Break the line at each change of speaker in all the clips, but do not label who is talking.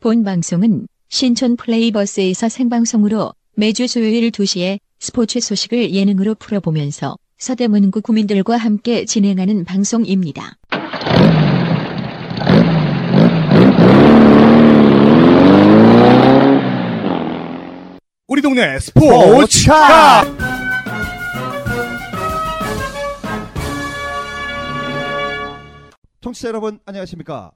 본 방송은 신촌 플레이버스에서 생방송으로 매주 수요일 2시에 스포츠 소식을 예능으로 풀어보면서 서대문구 구민들과 함께 진행하는 방송입니다.
우리 동네 스포츠카
청취자 여러분 안녕하십니까?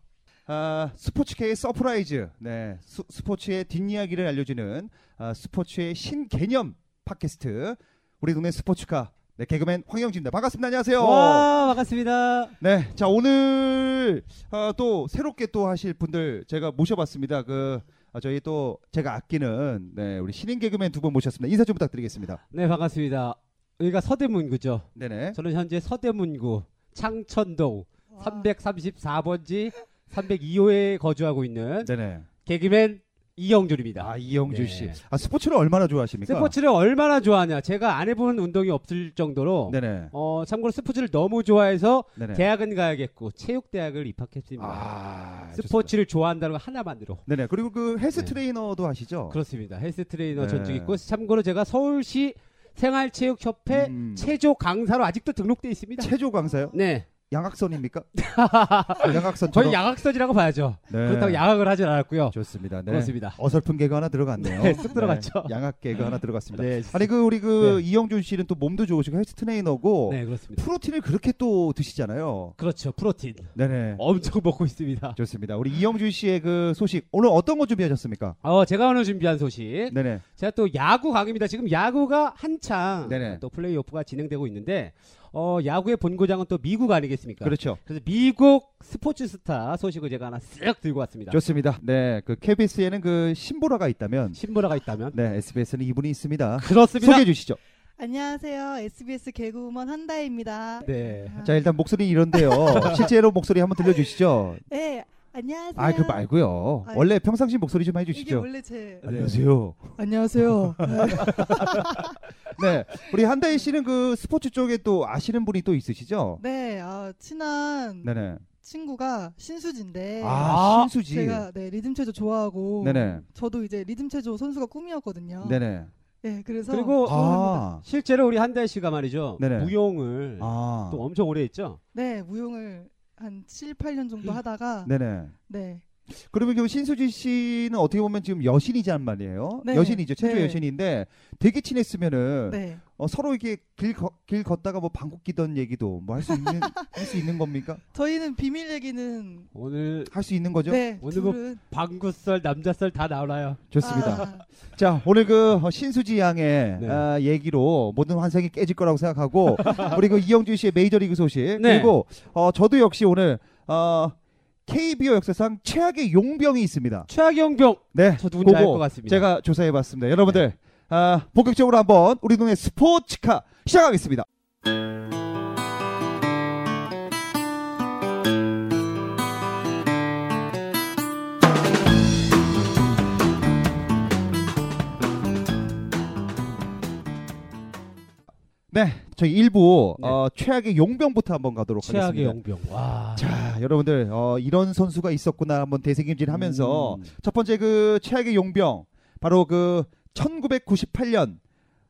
아, 스포츠계의 서프라이즈, 네 스, 스포츠의 뒷이야기를 알려주는 아, 스포츠의 신개념 팟캐스트 우리 동네 스포츠카 네 개그맨 황영진입니다. 반갑습니다. 안녕하세요.
와 반갑습니다.
네, 자 오늘 아, 또 새롭게 또 하실 분들 제가 모셔봤습니다. 그 아, 저희 또 제가 아끼는 네 우리 신인 개그맨 두 분 모셨습니다. 인사 좀 부탁드리겠습니다.
네 반갑습니다. 여기가 서대문구죠.
네네.
저는 현재 서대문구 창천동 334번지 302호에 거주하고 있는
네네.
개그맨 이영준입니다.
아 이영주
네.
씨. 아 스포츠를 얼마나 좋아하십니까?
스포츠를 얼마나 좋아하냐? 제가 안 해본 운동이 없을 정도로
네네.
어 참고로 스포츠를 너무 좋아해서
네네.
대학은 가야겠고 체육대학을 입학했습니다.
아, 좋습니다.
스포츠를 좋아한다는 거 하나만으로
네네. 그리고 그 헬스
네.
트레이너도
어.
하시죠?
그렇습니다. 헬스 트레이너
네.
전직 있고 참고로 제가 서울시 생활체육협회
음.
체조 강사로 아직도 등록돼 있습니다.
체조 강사요?
네.
양악선입니까? 양악선 네.
저희 양학선이라고 봐야죠. 그렇다고 양학을 하진 않았고요.
좋습니다. 네.
어, 그렇습니다.
어설픈 개그 하나 들어갔네요.
네, 쑥 들어갔죠.
양악 개그 하나 들어갔습니다.
네.
아니 그 우리 그
네.
이영준 씨는 또 몸도 좋으시고 헬스 트레이너고
네, 그렇습니다.
프로틴을 그렇게 또 드시잖아요.
그렇죠. 프로틴.
네네.
엄청 먹고 있습니다.
좋습니다. 우리 이영준 씨의 그 소식 오늘 어떤 거 준비하셨습니까?
어, 제가 오늘 준비한 소식.
네네.
제가 또 야구 강입니다. 지금 야구가 한창
네네.
또 플레이오프가 진행되고 있는데 어, 야구의 본고장은 또 미국 아니겠습니까?
그렇죠.
그래서 미국 스포츠 스타 소식을 제가 하나 쓱 들고 왔습니다.
좋습니다. 네. 그 KBS에는 그 신보라가 있다면
신보라가 있다면
네 SBS는 이분이 있습니다.
그렇습니다.
소개해 주시죠.
안녕하세요. SBS 개그우먼 한다혜입니다.
네.
자 일단 목소리 이런데요. 실제로 목소리 한번 들려주시죠.
네, 안녕하세요.
아 그 말고요.
아유.
원래 평상시 목소리 좀
이게
해주시죠.
원래 제
안녕하세요.
안녕하세요.
네, 우리 한다희 씨는 그 스포츠 쪽에 또 아시는 분이 또 있으시죠?
네, 아, 친한
네네.
친구가 신수진데
아,
아,
신수지.
제가 네, 리듬 체조 좋아하고
네네.
저도 이제 리듬 체조 선수가 꿈이었거든요.
네네.
네, 그래서
그리고
아,
실제로 우리 한달 씨가 말이죠.
네네.
무용을
아,
또 엄청 오래 했죠.
네, 무용을 한 7, 8년 정도 하다가
네네.
네.
그러면 그 신수지 씨는 어떻게 보면 지금 여신이란 말이에요.
네.
여신이죠. 체조
네.
여신인데 되게 친했으면은
네.
어, 서로 이렇게 길, 걷- 길 걷다가 뭐 방귀 뀌던 얘기도 뭐 할 수 있는 할 수 있는 겁니까?
저희는 비밀 얘기는
오늘
할 수 있는 거죠?
네,
오늘 뭐-
둘은
방구썰, 남자썰 다 나오나요?
좋습니다.
아,
자 오늘 그 어, 신수지 양의
네.
아, 얘기로 모든 환상이 깨질 거라고 생각하고 우리 그 이영준 씨의 메이저리그 소식 그리고 어, 저도 역시 오늘 어, KBO 역사상 최악의 용병이 있습니다.
최악영병
네,
저 누군지 알
그거
것 같습니다. 네.
제가 조사해봤습니다. 여러분들 아, 본격적으로 한번 우리 동네 스포츠카 시작하겠습니다. 네, 저희 일부
네.
어, 최악의 용병부터 한번 가도록
최악의
하겠습니다.
영병. 와.
자, 여러분들 어, 이런 선수가 있었구나 한번 대세김질하면서
음.
첫 번째 그 최악의 용병 바로 그 1998년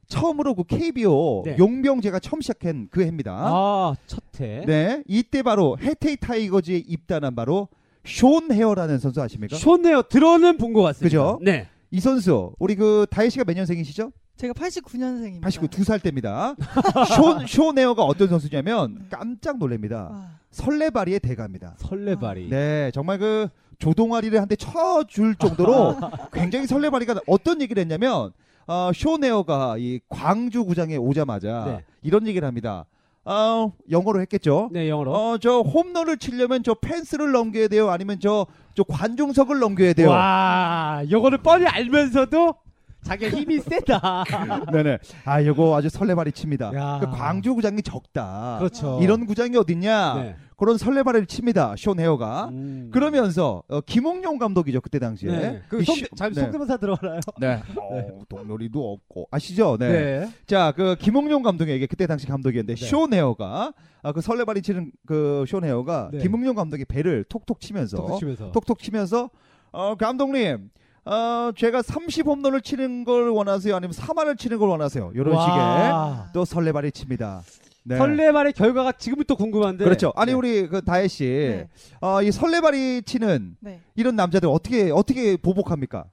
처음으로 그 KBO
네.
용병제가 처음 시작한 그 해입니다.
아, 첫해.
네, 이때 바로 해태이 타이거즈에 입단한 바로 쇼온 헤어라는 선수 아십니까?
쇼네요. 들어는 본 것 같습니다.
그죠?
네.
이 선수 우리 그 다혜 씨가 몇 년생이시죠?
제가 89년생입니다.
89
네.
두 살 때입니다. 쇼 쇼온 헤어가 어떤 선수냐면 깜짝
아.
놀랍니다.
아,
설레바리의 대가입니다.
설레발이.
네, 정말 그 조동아리를 한 대 쳐줄 정도로 굉장히 설레발이가 어떤 얘기를 했냐면 어, 쇼네어가 이 광주 구장에 오자마자
네.
이런 얘기를 합니다. 어, 영어로 했겠죠.
네, 영어로.
어, 저 홈런을 치려면 저 펜스를 넘겨야 돼요. 아니면 저, 저 관중석을 넘겨야 돼요.
와, 요거를 뻔히 알면서도 자기 힘이 세다.
네네. 아, 이거 아주 설레발이 칩니다.
야.
그 광주 구장이 적다.
그렇죠.
이런 구장이 어딨냐?
네.
그런 설레발을 칩니다. 쇼네어가.
음.
아, 그러면서 어, 김홍용 감독이죠 그때 당시에.
네. 그
이
송,
쇼-
잠시
네.
성대모사 들어가나요?
네. 어, 동료리도 없고 아시죠? 네. 자, 그 김홍룡 감독에게 그때 당시 감독이었는데
네.
쇼네어가 아, 그 설레발이 치는 그 쇼네어가
네.
김홍룡 감독의 배를 톡톡 치면서
톡톡 치면서.
톡톡 치면서 어, 감독님, 어, 제가 30홈런을 치는 걸 원하세요? 아니면 3할을 치는 걸 원하세요? 이런 식의
와.
또 설레발이 칩니다. 네.
설레발의 결과가 지금부터 궁금한데.
그렇죠. 아니
네.
우리 그 다혜 씨,
네.
어, 이 설레발이 치는
네.
이런 남자들 어떻게 어떻게 보복합니까?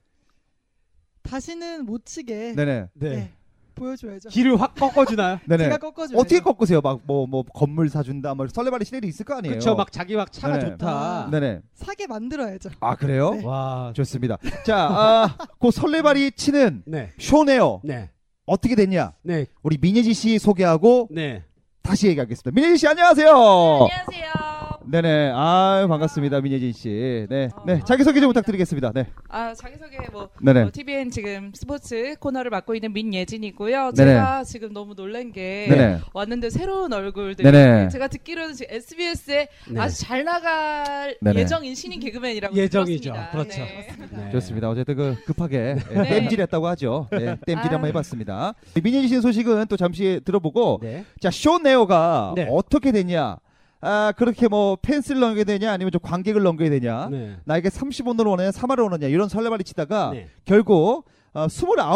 다시는 못 치게
네네,
네.
네. 보여줘야죠.
길을 확 꺾어주나요?
네네.
제가 꺾어줘요.
어떻게 꺾으세요? 막 뭐 뭐 건물 사준다, 뭐 설레발이 시내리 있을 거 아니에요?
그렇죠. 막 자기 막
네.
차가 좋다.
네네.
사게 만들어야죠.
아 그래요?
네.
와.
좋습니다. 자, 아, 그 설레발이 치는
네.
쇼네요.
네.
어떻게 됐냐?
네.
우리 민예지 씨 소개하고
네.
다시 얘기하겠습니다. 민예진 씨 안녕하세요.
안녕하세요.
네네. 아 반갑습니다, 민예진 씨. 네,
어,
네. 자기 소개 좀 부탁드리겠습니다. 네,
아 자기소개 뭐
네네.
어, TVN 지금 스포츠 코너를 맡고 있는 민예진이고요.
네네.
제가 지금 너무 놀란 게
네네.
왔는데 새로운 얼굴들.
네네.
제가 듣기로는 지금 SBS에
네.
아주 잘 나갈
네네.
예정인 신인 개그맨이라고
예정이죠.
들었습니다.
그렇죠.
네.
네.
좋습니다. 어쨌든 그 급하게 예,
네.
땜질했다고 하죠. 예, 땜질
아.
한번 해봤습니다. 민예지 씨 소식은 또 잠시 들어보고
네.
자 쇼네오가
네.
어떻게 되냐? 아 그렇게 뭐 펜스를 넘겨야 되냐? 아니면 좀 관객을 넘겨야 되냐?
네.
나에게 30원으로 오느냐, 3화를 오느냐 이런 설레발이 치다가
네.
결국 어,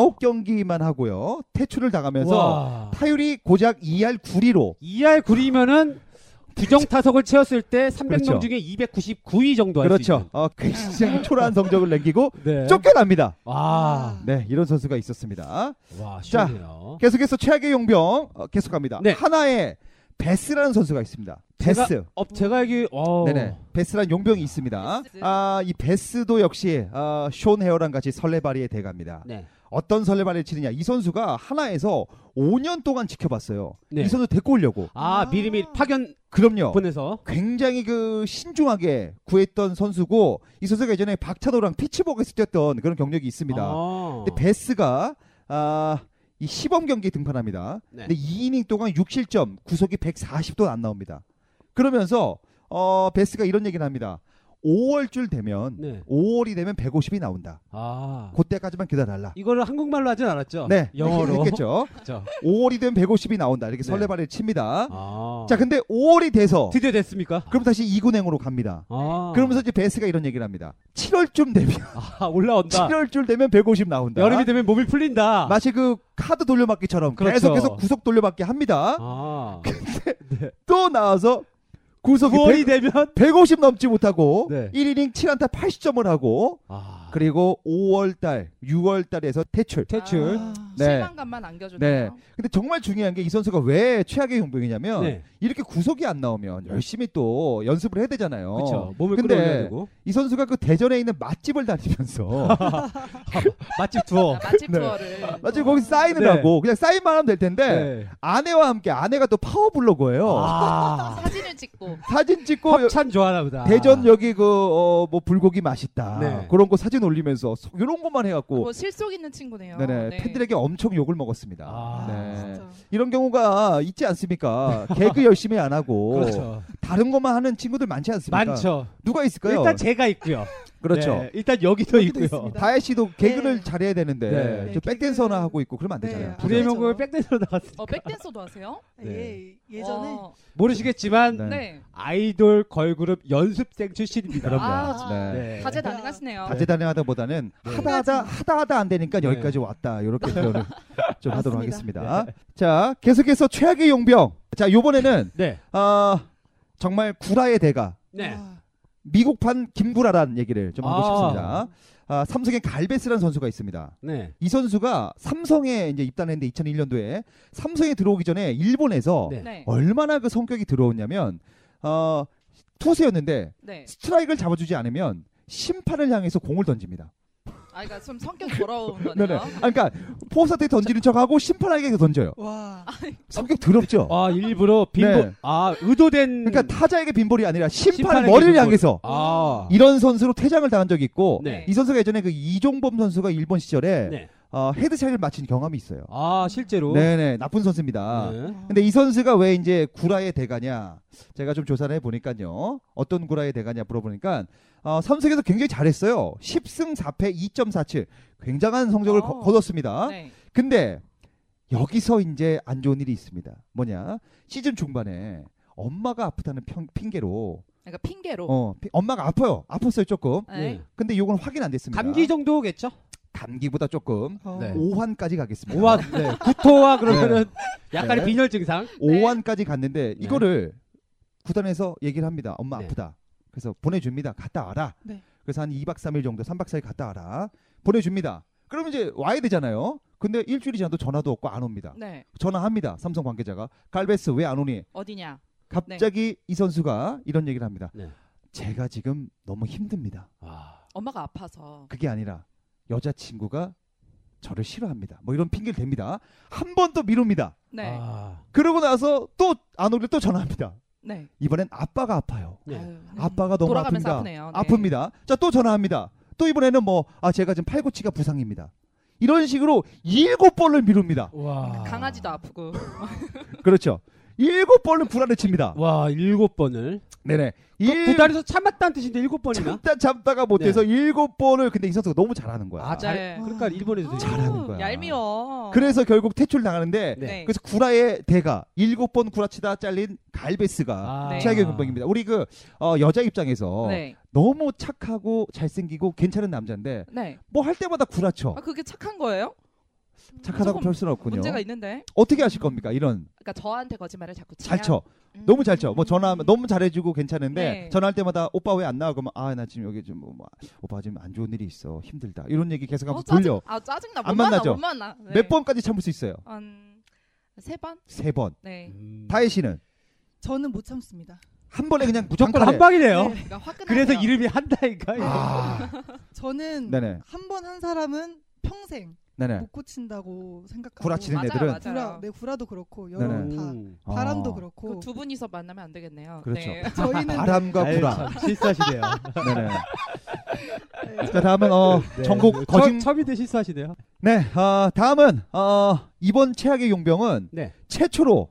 29경기만 하고요 퇴출을 당하면서
와.
타율이 고작 2할 9리로
2할 9리면은 부정 타석을 채웠을 때 300명
그렇죠.
중에 299위 정도 할수
그렇죠. 어, 굉장히 초라한 성적을 남기고
있는. 네.
쫓겨납니다.
와.
네, 이런 선수가 있었습니다.
와,
자.
시원해요.
계속해서 최악의 용병 어, 계속합니다.
네.
하나의 베스라는 선수가 있습니다. 베스.
제가, 어, 제가 여기 어.
네네. 베스란 용병이 있습니다.
베스.
아, 이 베스도 역시 아, 숀 헤어랑 같이 설레발이의 대가입니다.
네.
어떤 설레발을 치느냐. 이 선수가 하나에서 5년 동안 지켜봤어요.
네.
이 선수 데리고 오려고.
아,
아.
미리미리 파견
그럼요.
보내서
굉장히 그 신중하게 구했던 선수고 이 선수가 예전에 박찬호랑 피츠버그에서 뛰었던 그런 경력이 있습니다.
아.
근데 베스가 아, 이 시범 경기에 등판합니다.
네.
근데 2이닝 동안 6실점, 구속이 140도 안 나옵니다. 그러면서 어, 베스가 이런 얘기를 합니다. 5월줄 되면
네.
5월이 되면 150이 나온다.
아.
그때까지만 기다려라.
이거를 한국말로 하진 않았죠?
네,
영어로.
했겠죠.
그렇죠.
5월이 되면 150이 나온다. 이렇게
네.
설레발을 칩니다.
아.
자, 근데 5월이 돼서
드디어 됐습니까?
그럼 다시 2군행으로 갑니다.
아.
그러면서 이제 베스가 이런 얘기를 합니다. 7월쯤 되면
아, 올라온다.
7월쯤 되면 150 나온다.
여름이 되면 몸이 풀린다.
마치 그 카드 돌려막기처럼
아. 그렇죠.
계속해서 구속 돌려막기 합니다.
아.
또 나와서 구속이 100,
9월이 되면
150 넘지 못하고
네.
1이닝 7안타 80점을 하고
아.
그리고 5월달, 6월달에서 퇴출.
퇴출.
아,
네.
실망감만 안겨주네요.
근데 정말 중요한 게 이 선수가 왜 최악의 용병이냐면
네.
이렇게 구속이 안 나오면 열심히 또 연습을 해야 되잖아요.
그렇죠. 몸을
근데
끌어올려야 되고.
이 선수가 그 대전에 있는 맛집을 다니면서
맛집 투어.
맛집
네.
투어를
마치 거기 사인을
네.
하고 그냥 사인만 하면 될 텐데 아내와 함께 아내가 또 파워블로거예요.
아.
네.
사진을 네. 찍고
사진 찍고 여-
어, 협찬 좋아하나 보다.
대전 여기 그 어 뭐 불고기 맛있다
네.
그런 거 사진 올리면서 소- 이런 것만 해갖고
뭐 실속 있는 친구네요.
네네
네.
팬들에게 엄청 욕을 먹었습니다.
아.
네.
진짜.
이런 경우가 있지 않습니까? 개그 열심히 안 하고
그렇죠.
다른 것만 하는 친구들 많지 않습니까?
많죠.
누가 있을까요?
일단 제가 있고요.
그렇죠.
네, 일단 여기도
여기도
있고요.
있습니다.
다혜 씨도 개그를
네.
잘해야 되는데
네.
저
네,
백댄서나
개그는-
하고 있고 그러면 안
네,
되잖아요.
안
불의
그렇죠.
명곡을 백댄서로 나왔어.
어 백댄서도 하세요?
네.
예, 예전에
어,
모르시겠지만
네.
네.
아이돌 걸그룹 연습생 출신입니다.
그럼요.
아,
네.
네.
다재다능하시네요.
다재다능하다보다는
네.
하다 하다 하다 하다 안 되니까
네.
여기까지 왔다 이렇게 표현을 좀 하도록
맞습니다.
하겠습니다. 자 계속해서 최악의 용병. 자 이번에는
네.
아 정말 구라의 대가
네.
아,
미국판 김구라라는 얘기를 좀 하고
아.
싶습니다. 아, 삼성의 갈베스라는 선수가 있습니다.
네.
이 선수가 삼성에 이제 입단했는데 2001년도에 삼성에 들어오기 전에 일본에서
네.
네.
얼마나 그 성격이 들어왔냐면 어, 투수였는데
네.
스트라이크를 잡아주지 않으면 심판을 향해서 공을 던집니다.
아, 그러니까 좀 성격 더러운
네네.
거네요.
아, 그러니까 포스한테 던지는 척하고 심판에게 던져요.
와.
성격 더럽죠.
아, 일부러 빈볼
네.
아, 의도된
그러니까 타자에게 빈볼이 아니라 심판
심판에게
머리를
빈볼.
향해서
아.
이런 선수로 퇴장을 당한 적이 있고
네.
이 선수가 예전에 그 이종범 선수가 일본 시절에
네.
어, 헤드샷을 맞힌 경험이 있어요.
아, 실제로.
네네 나쁜 선수입니다.
네.
근데 이 선수가 왜 이제 구라의 대가냐? 제가 좀 조사를 해보니까요. 어떤 구라의 대가냐 물어보니까 어, 삼성에서 굉장히 잘했어요. 10승 4패 2.47 굉장한 성적을
아.
어.
거- 거뒀습니다.
네.
근데 여기서 이제 안 좋은 일이 있습니다. 뭐냐? 시즌 중반에 엄마가 아프다는 평- 핑계로
그러니까 핑계로.
어, 예. 피- 엄마가 아파요. 아팠어요 조금.
네.
근데 요건 확인 안 됐습니다.
감기 정도겠죠?
감기보다 조금
어.
네.
네. 오환까지 가겠습니다.
오화, 네. 구토와 그러면은 약간의
네.
빈혈 증상.
오까지 갔는데
네.
이거를 구단에서 얘기를 합니다. 엄마
네.
아프다. 그래서 보내줍니다. 갔다 와라.
네.
그래서 한 2박 3일 정도, 3박 4일 갔다 와라. 보내줍니다. 그러면 이제 와야 되잖아요. 근데 일주일이 지나도 전화도 없고 안 옵니다.
네.
전화합니다. 삼성 관계자가. 갈베스 왜 안 오니?
어디냐?
갑자기 이 선수가 이런 얘기를 합니다.
네.
제가 지금 너무 힘듭니다.
아,
엄마가 아파서.
그게 아니라 여자친구가 저를 싫어합니다. 뭐 이런 핑계를 댑니다. 한 번 또 미룹니다.
네.
아,
그러고 나서 또 안 오길 또 전화합니다.
네.
이번엔 아빠가 아파요.
네.
아유, 음.
아빠가 너무
돌아가면서
아픕니다.
아프네요. 네.
아픕니다. 자, 또 전화합니다. 또 이번에는 뭐, 아, 제가 지금 팔꿈치가 부상입니다. 이런 식으로 일곱 번을 미룹니다.
와.
강아지도 아프고.
그렇죠. 일곱 번을 불안해칩니다.
뭐,
와, 일곱 번을.
네네.
그
두 달에서 참았다는 뜻인데 일곱 번이나?
참다 참다가 못해서 일곱 번을 근데 이 선수가 너무 잘하는 거야.
아, 잘.
네.
그러니까 일본에서
잘하는
아우,
거야.
얄미워.
그래서 결국 퇴출 당하는데
네.
그래서 구라의 대가 일곱 번 구라치다 잘린 갈베스가
아.
네.
최악의 근방입니다. 우리 그 어, 여자 입장에서
네.
너무 착하고 잘생기고 괜찮은 남자인데
네.
뭐 할 때마다 구라쳐.
아, 그게 착한 거예요?
착하다고
조금
볼 수는 없군요.
문제가 있는데.
어떻게 하실 겁니까? 이런
그러니까 저한테 거짓말을 자꾸 치면
잘 쳐.
음.
너무 잘 쳐. 뭐 전화하면 너무 잘해주고 괜찮은데
네.
전화할 때마다 오빠 왜 안 나와? 그러면 아 나 지금 여기 좀뭐 오빠 지금 안 좋은 일이 있어 힘들다 이런 얘기 계속
어,
하면
짜증,
돌려
아 짜증나. 못
안
만나,
만나죠?
못 만나. 네.
몇 번까지 참을 수 있어요?
한세 번?
세 번.
네.
음.
다혜 씨는
저는 못 참습니다.
한 번에 그냥
무조건
강탈해.
한 방이네요.
그러니까 화끈하게.
그래서 이름이 한다니까. 이거.
아,
저는
네네,
한 번 한 사람은 평생
네네.
못 고친다고 생각하고
구라치는
맞아요,
애들은
맞아요.
구라, 네, 뭐. 구라도 그렇고 여러
네네.
다
음.
바람도
아.
그렇고
그두 분이서 만나면 안 되겠네요.
그렇죠.
네.
저희는
바람과
아유,
구라.
참 실수하시네요.
네네. 자 다음은 어
네.
전국
처-
거짓.
처음인데 실수하시네요.
네, 어, 다음은 어 이번 최악의 용병은
네.
최초로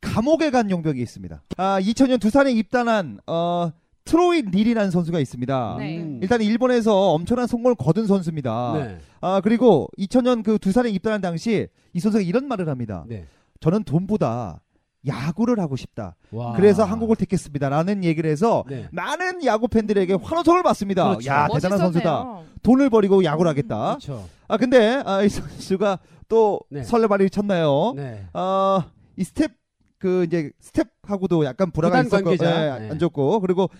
감옥에 간 용병이 있습니다. 아 2000년 두산에 입단한 어 트로이 닐이라는 선수가 있습니다.
네.
음.
일단 일본에서 엄청난 성공을 거둔 선수입니다.
네.
아 그리고 2000년 그 두산에 입단한 당시 이 선수가 이런 말을 합니다.
네.
저는 돈보다 야구를 하고 싶다.
와.
그래서 한국을 택했습니다라는 얘기를 해서
아. 네.
많은 야구 팬들에게 환호성을 받습니다.
그렇죠.
야 아, 대단한 선수다.
네,
돈을 버리고 야구를 하겠다.
그렇죠.
아 근데 아, 이 선수가 또
네.
설레발이 쳤나요? 아,
네.
어이 스텝 그 이제 스텝하고도 약간 불화가
구단
있었고
관계자.
예,
네.
안 좋고 그리고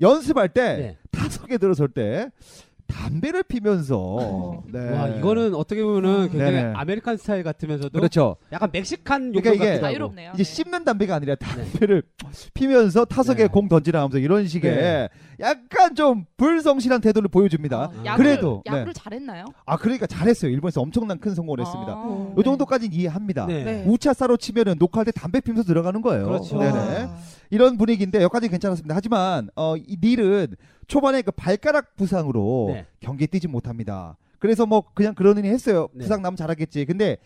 연습할 때
네.
타석에 들어설 때 담배를 피면서 네.
어.
음.
와 이거는 어떻게 보면은 굉장히
네네.
아메리칸 스타일 같으면서도
그렇죠.
약간 멕시칸
그러니까
요금
이게
같기도 하고.
자유롭네요.
이제
네.
씹는 담배가 아니라 담배를 피면서 타석에
네.
공 던지라 하면서 이런 식의
네.
약간 좀 불성실한 태도를 보여줍니다.
어,
아,
야구를-
그래도 네.
야구를 잘했나요?
아 그러니까 잘했어요. 일본에서 엄청난 큰 성공을 했습니다.
아,
음.
요 정도까지는 이해합니다.
어, 네.
네.
우차사로 치면은 녹화할 때 담배 피면서 들어가는 거예요.
그렇죠.
와.
네네. 이런 분위기인데 여기까지 괜찮았습니다. 하지만 어, 이 닐은 초반에 그 발가락 부상으로
네.
경기에 뛰지 못합니다. 그래서 뭐 그냥 그러느니 했어요.
네.
부상 나면 잘하겠지. 근데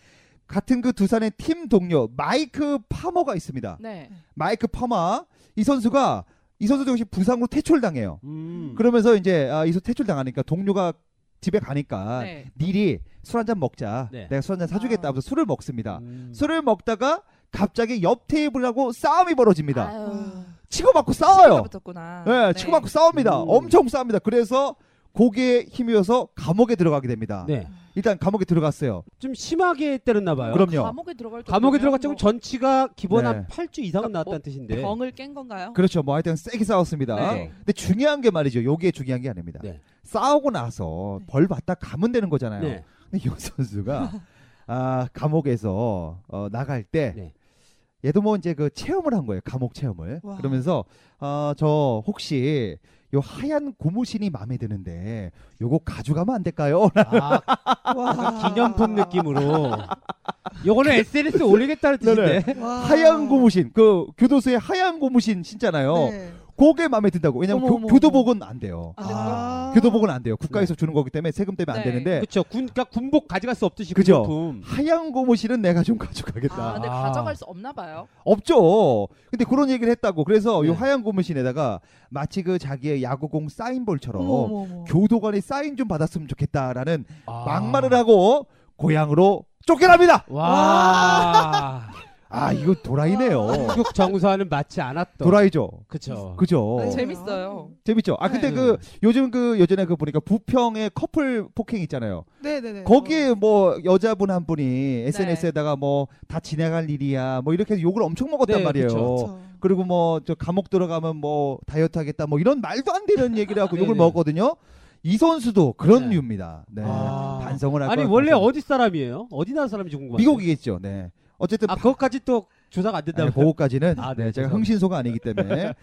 같은 그 두산의 팀 동료 마이크 파머가 있습니다.
네.
마이크 파마 이 선수가 이 선수도 역시 부상으로 퇴출당해요.
음.
그러면서 이제 아, 이선 퇴출당하니까 동료가 집에 가니까
네.
닐이 술 한 잔 먹자.
네.
내가 술 한 잔 사주겠다
아.
하면서 술을 먹습니다.
음.
그렇죠. 술을 먹다가 갑자기 옆 테이블하고 싸움이 벌어집니다.
아유.
와.
치고받고
시비가
싸워요.
붙었구나. 아,
네, 치고받고 싸웁니다.
음.
엄청 싸웁니다. 그래서 고기에 힘이어서 감옥에 들어가게 됩니다.
네.
일단 감옥에 들어갔어요.
좀 심하게 때렸나 봐요.
그럼요.
감옥에
감옥에
들어갈 정도면
들어갔지만 전치가 기본
그렇죠. 네.
한 8주 이상은
그렇죠. 그러니까
나왔다는
뭐
뜻인데.
병을 깬 건가요?
그렇죠. 뭐 하여튼 세게 싸웠습니다.
네.
근데 중요한 게 말이죠. 요게 중요한 게 아닙니다.
네.
싸우고 나서
네.
벌 받다 가면 되는 거잖아요.
네.
근데 이 선수가 아, 감옥에서 어, 나갈 때
네.
얘도 뭐 이제 그 체험을 한 거예요. 감옥 체험을.
와.
그러면서 아, 저 혹시 요 하얀 고무신이 마음에 드는데 요거 가져가면 안 될까요?
아,
와.
그
기념품 느낌으로. 요거는 SNS 에 올리겠다는 뜻인데.
와.
하얀 고무신 그 교도소에 하얀 고무신 신잖아요.
네.
그게 마음에 든다고. 왜냐면
어머,
교,
어머,
교도복은 안 돼요.
아,
아.
교도복은 뭐 안 돼요.
네.
국가에서 주는 거기 때문에 세금 때문에 안
네.
되는데
그렇죠. 군 그러니까 군복 가져갈 수 없듯이
그죠.
군품.
하얀 고무신은 내가 좀 가져가겠다.
아, 근데
아.
가져갈 수 없나 봐요.
없죠. 근데 그런 얘기를 했다고. 그래서 요
네.
하얀 고무신에다가 마치 그 자기의 야구공 사인볼처럼
어머, 어머, 어머.
그 교도관이 사인 좀 받았으면 좋겠다라는
아.
막말을 하고 고향으로 쫓겨납니다.
와.
아 이거 도라이네요.
한국 정서와는 맞지 않았던.
도라이죠.
그쵸.
그죠.
아,
뭐
재밌어요.
재밌죠. 아 근데
네.
그 요즘 그 예전에 그 보니까 부평의 커플 폭행 있잖아요.
네네네.
거기에 뭐 여자분 한
네.
분이 SNS에다가 뭐 다 지나갈 일이야 뭐 이렇게 해서 욕을 엄청 먹었단
네,
말이에요.
그쵸,
어, 그쵸.
그리고 뭐 저 감옥 들어가면 뭐 다이어트 하겠다 뭐 이런 말도 안 되는 얘기를 하고 욕을
네네.
먹었거든요. 이 선수도 그런
네.
류입니다. 네.
아.
반성을 하고
아니 원래 어디 사람이에요? 어디 나라 사람인지 궁금한데.
미국이겠죠. 네. 어쨌든
아 그것까지 또 조사가 안
네,
된다면
그거까지는
아,
네,
네,
제가
죄송합니다. 네.
흥신소가 아니기 때문에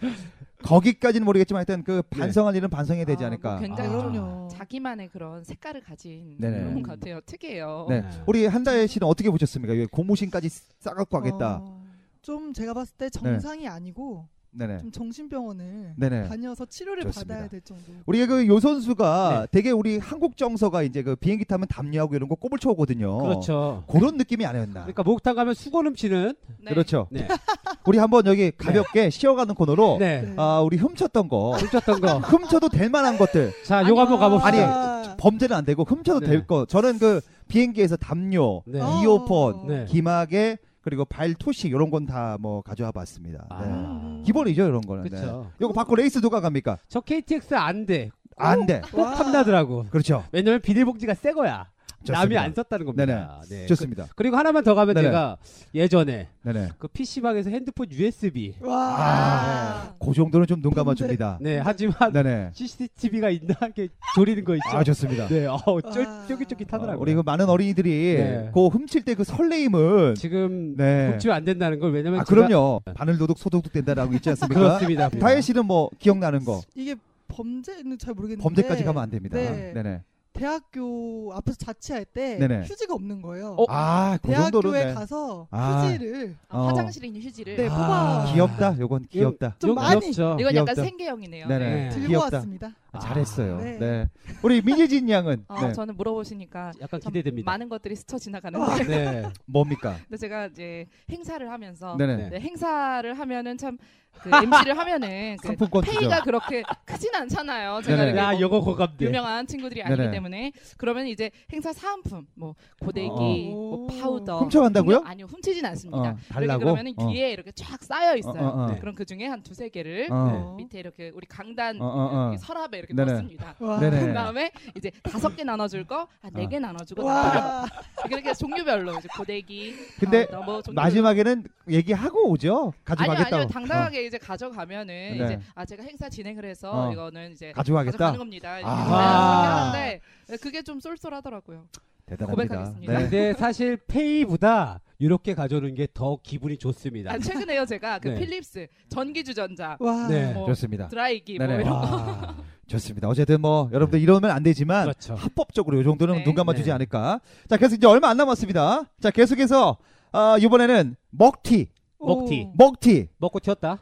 거기까지는 모르겠지만 하여튼 그 반성할 일은 반성해야 되지
아,
않을까.
뭐 굉장히
아.
그럼요.
자기만의 그런 색깔을 가진
네네.
그런 것 같아요. 특이해요.
네. 우리 한다혜 씨는 어떻게 보셨습니까? 이게 고무신까지 싸갖고 하겠다. 네.
어, 좀 제가 봤을 때 정상이 아니고
네네.
좀 정신병원을
네네.
다녀서 치료를
좋습니다.
받아야 될 정도.
우리 그요 선수가
네.
되게 우리 한국 정서가 이제 그 비행기 타면 담요하고 이런 거 꼽을 쳐오거든요.
그렇죠.
그런 느낌이 아니었나.
그러니까 목욕탕 가면 수건 훔치는.
네.
그렇죠.
네.
우리 한번 여기 가볍게 쉬어가는 코너로
네.
아 우리 훔쳤던 거
훔쳤던 거.
훔쳐도 될 만한 것들
자, 요거 한번 가봅시다.
아니,
아,
범죄는 안 되고 훔쳐도
네.
될 거. 저는 그 비행기에서 담요,
네.
어.
이어폰,
네.
기마개 그리고 발토시 이런 건 다 뭐 가져와 봤습니다. 네.
아.
기본이죠 이런 거는.
그렇죠.
네. 요거 받고 레이스 누가 갑니까?
저 KTX 안 돼.
안 돼.
꼭 탐나더라고.
그렇죠.
왜냐면 비닐봉지가 새 거야.
좋습니다.
남이 안 썼다는 겁니다. 네.
좋습니다.
그, 리고 하나만 더 가면
네네.
제가 예전에
네네.
그 PC방에서 핸드폰 USB.
와.
아, 그 정도는 좀 눈 감아줍니다.
네, 하지만
네네.
CCTV가 있나? 이렇게 조리는 거 있죠.
아 좋습니다.
네, 어우,
아.
와.
쫄깃쫄깃하더라고요.
우리 그 많은 어린이들이
네.
그 훔칠 때 그 설레임은
지금
네.
복지면 안 된다는 걸 왜냐면
아
제가-
그럼요. 바늘 도둑 소독도 된다라고 있지 않습니까?
그렇습니다.
다혜 씨는 뭐 기억나는 거
이게 범죄는 잘 모르겠는데
범죄까지 가면 안 됩니다.
네.
네네.
대학교 앞에서 자취할 때
네네.
휴지가 없는 거예요.
어?
아그 정도는
대학교에
네.
가서
아.
휴지를
아,
어.
화장실에 있는 휴지를.
네,
아.
뽑아
귀엽다. 요건 귀엽다.
좀
좀
많이-
귀엽죠.
이건 약간
귀엽다.
생계형이네요.
어, 네네.
네.
들고
귀엽다.
왔습니다.
아, 잘했어요.
아,
네.
네.
우리 민예진 양은
아,
네.
저는 물어보시니까
약간
참
기대됩니다.
아, 많은 것들이 스쳐 지나가는데
네.
뭡니까?
근데 제가 이제 행사를 하면서
네네.
네.
네, 행사를 하면은 참그 MC를 하면은 그
상품권 주죠.
페이가 그렇게 크진 않잖아요. 제가
네네.
이렇게
야,
뭐
영어 고감대.
유명한 친구들이 아니기
네네.
때문에 그러면 이제 행사 사은품 뭐 고데기,
어.
뭐 파우더
훔쳐간다고요?
음료- 아니요 훔치진 않습니다.
어,
이렇게
달라고.
그러면은
어.
뒤에 이렇게 쫙 쌓여 있어요.
어, 어, 어.
네.
그럼 그 중에 한 두세 개를
어.
밑에 이렇게 우리 강단
어, 어, 어.
음, 이 서랍에 이렇게
네네. 어.
넣습니다.
와.
네네. 아.
그 다음에 이제 다섯 개 나눠줄 거 한 네 개 나눠주고 나눠요.
와.
이렇게 종류별로 이제 고데기.
근데
파우더 뭐 종류별로.
마지막에는 얘기하고 오죠.
아니요
가져가겠다고.
아니요
어,
당당하게 이제 가져가면은 이제
네.
아 제가 행사 진행을 해서
어.
이거는 이제
가져가겠다.
가져가는 겁니다.
아.
이렇게 자연스럽게 하는데 네, 그게 좀 쏠쏠하더라고요.
대단합니다.
고백하겠습니다.
네.
근데 사실 페이보다 이렇게 가져오는 게 더 기분이 좋습니다.
아, 최근에요 제가 그
네.
필립스 전기 주전자,
와.
네. 아,
뭐
좋습니다.
드라이기 뭐
어. 네네.
이런 거.
와,
좋습니다. 어쨌든 뭐 여러분들 이러면 안 되지만
네. 그렇죠.
합법적으로 이 정도는
네.
눈 감아주지
네.
않을까. 자, 계속 이제 얼마 안 남았습니다. 자, 계속해서 아, 이번에는 먹튀,
먹튀.
오.
먹튀.
먹고 튀었다.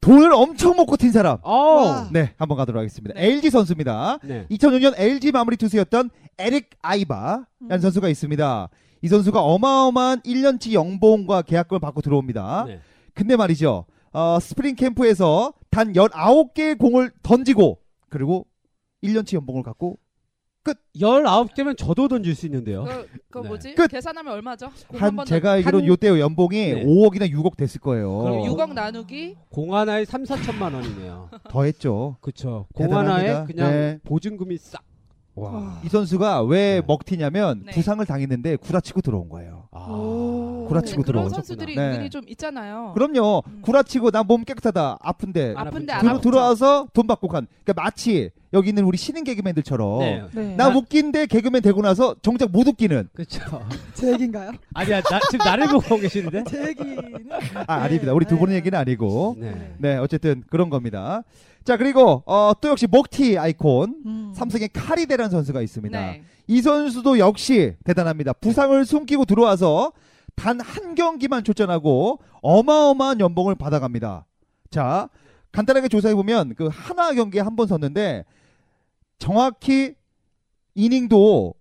돈을 엄청 먹고 튄 사람.
어.
네, 한번 가도록 하겠습니다.
네.
LG 선수입니다.
네.
2005년 LG 마무리 투수였던 에릭 아이바라는
음.
선수가 있습니다. 이 선수가 어마어마한 1년치 연봉과 계약금을 받고 들어옵니다.
네.
근데 말이죠. 어, 스프링 캠프에서 단 19개의 공을 던지고 그리고 1년치 연봉을 갖고
19개면 저도 던질 수 있는데요.
그, 그
네.
뭐지?
어. 끝!
계산하면 얼마죠? 공
한
한번
제가 알기로는
한-
요때 연봉이
네.
5억이나 6억 됐을 거예요.
그럼
더- 6억
어.
나누기
공 하나에 3, 4천만 원이네요.
더 했죠.
그쵸. 공
대단합니다.
하나에 그냥
네.
보증금이 싹.
와.
이 선수가 왜
네.
먹튀냐면
네.
부상을 당했는데 구라치고 들어온 거예요.
아.
오.
근데
구라치고
그런
들어오죠.
선수들이
네.
은근히 좀 있잖아요.
그럼요.
음.
구라치고 나 몸 깨끗하다. 아픈데.
아,
아픈데
안
안
들어-
아프죠.
들어와서 돈 받고 간. 그러니까 마치 여기 있는 우리 신인 개그맨들처럼
네.
네.
나 웃긴데 개그맨 되고 나서 정작 못 웃기는.
그쵸.
제 얘기인가요?
아니야, 나, 지금 나를 보고 계시는데?
제 얘기는
네? 아, 아닙니다. 우리 두
네.
분의 얘기는
어?
아니고.
네.
네, 어쨌든 그런 겁니다. 자, 그리고 어, 또 역시 먹튀 아이콘
음.
삼성의 카리데라는 선수가 있습니다.
네.
이 선수도 역시 대단합니다. 부상을 숨기고 들어와서 단 한 경기만 출전하고 어마어마한 연봉을 받아갑니다. 자, 간단하게 조사해 보면 그 하나 경기에 한 번 섰는데 정확히 이닝도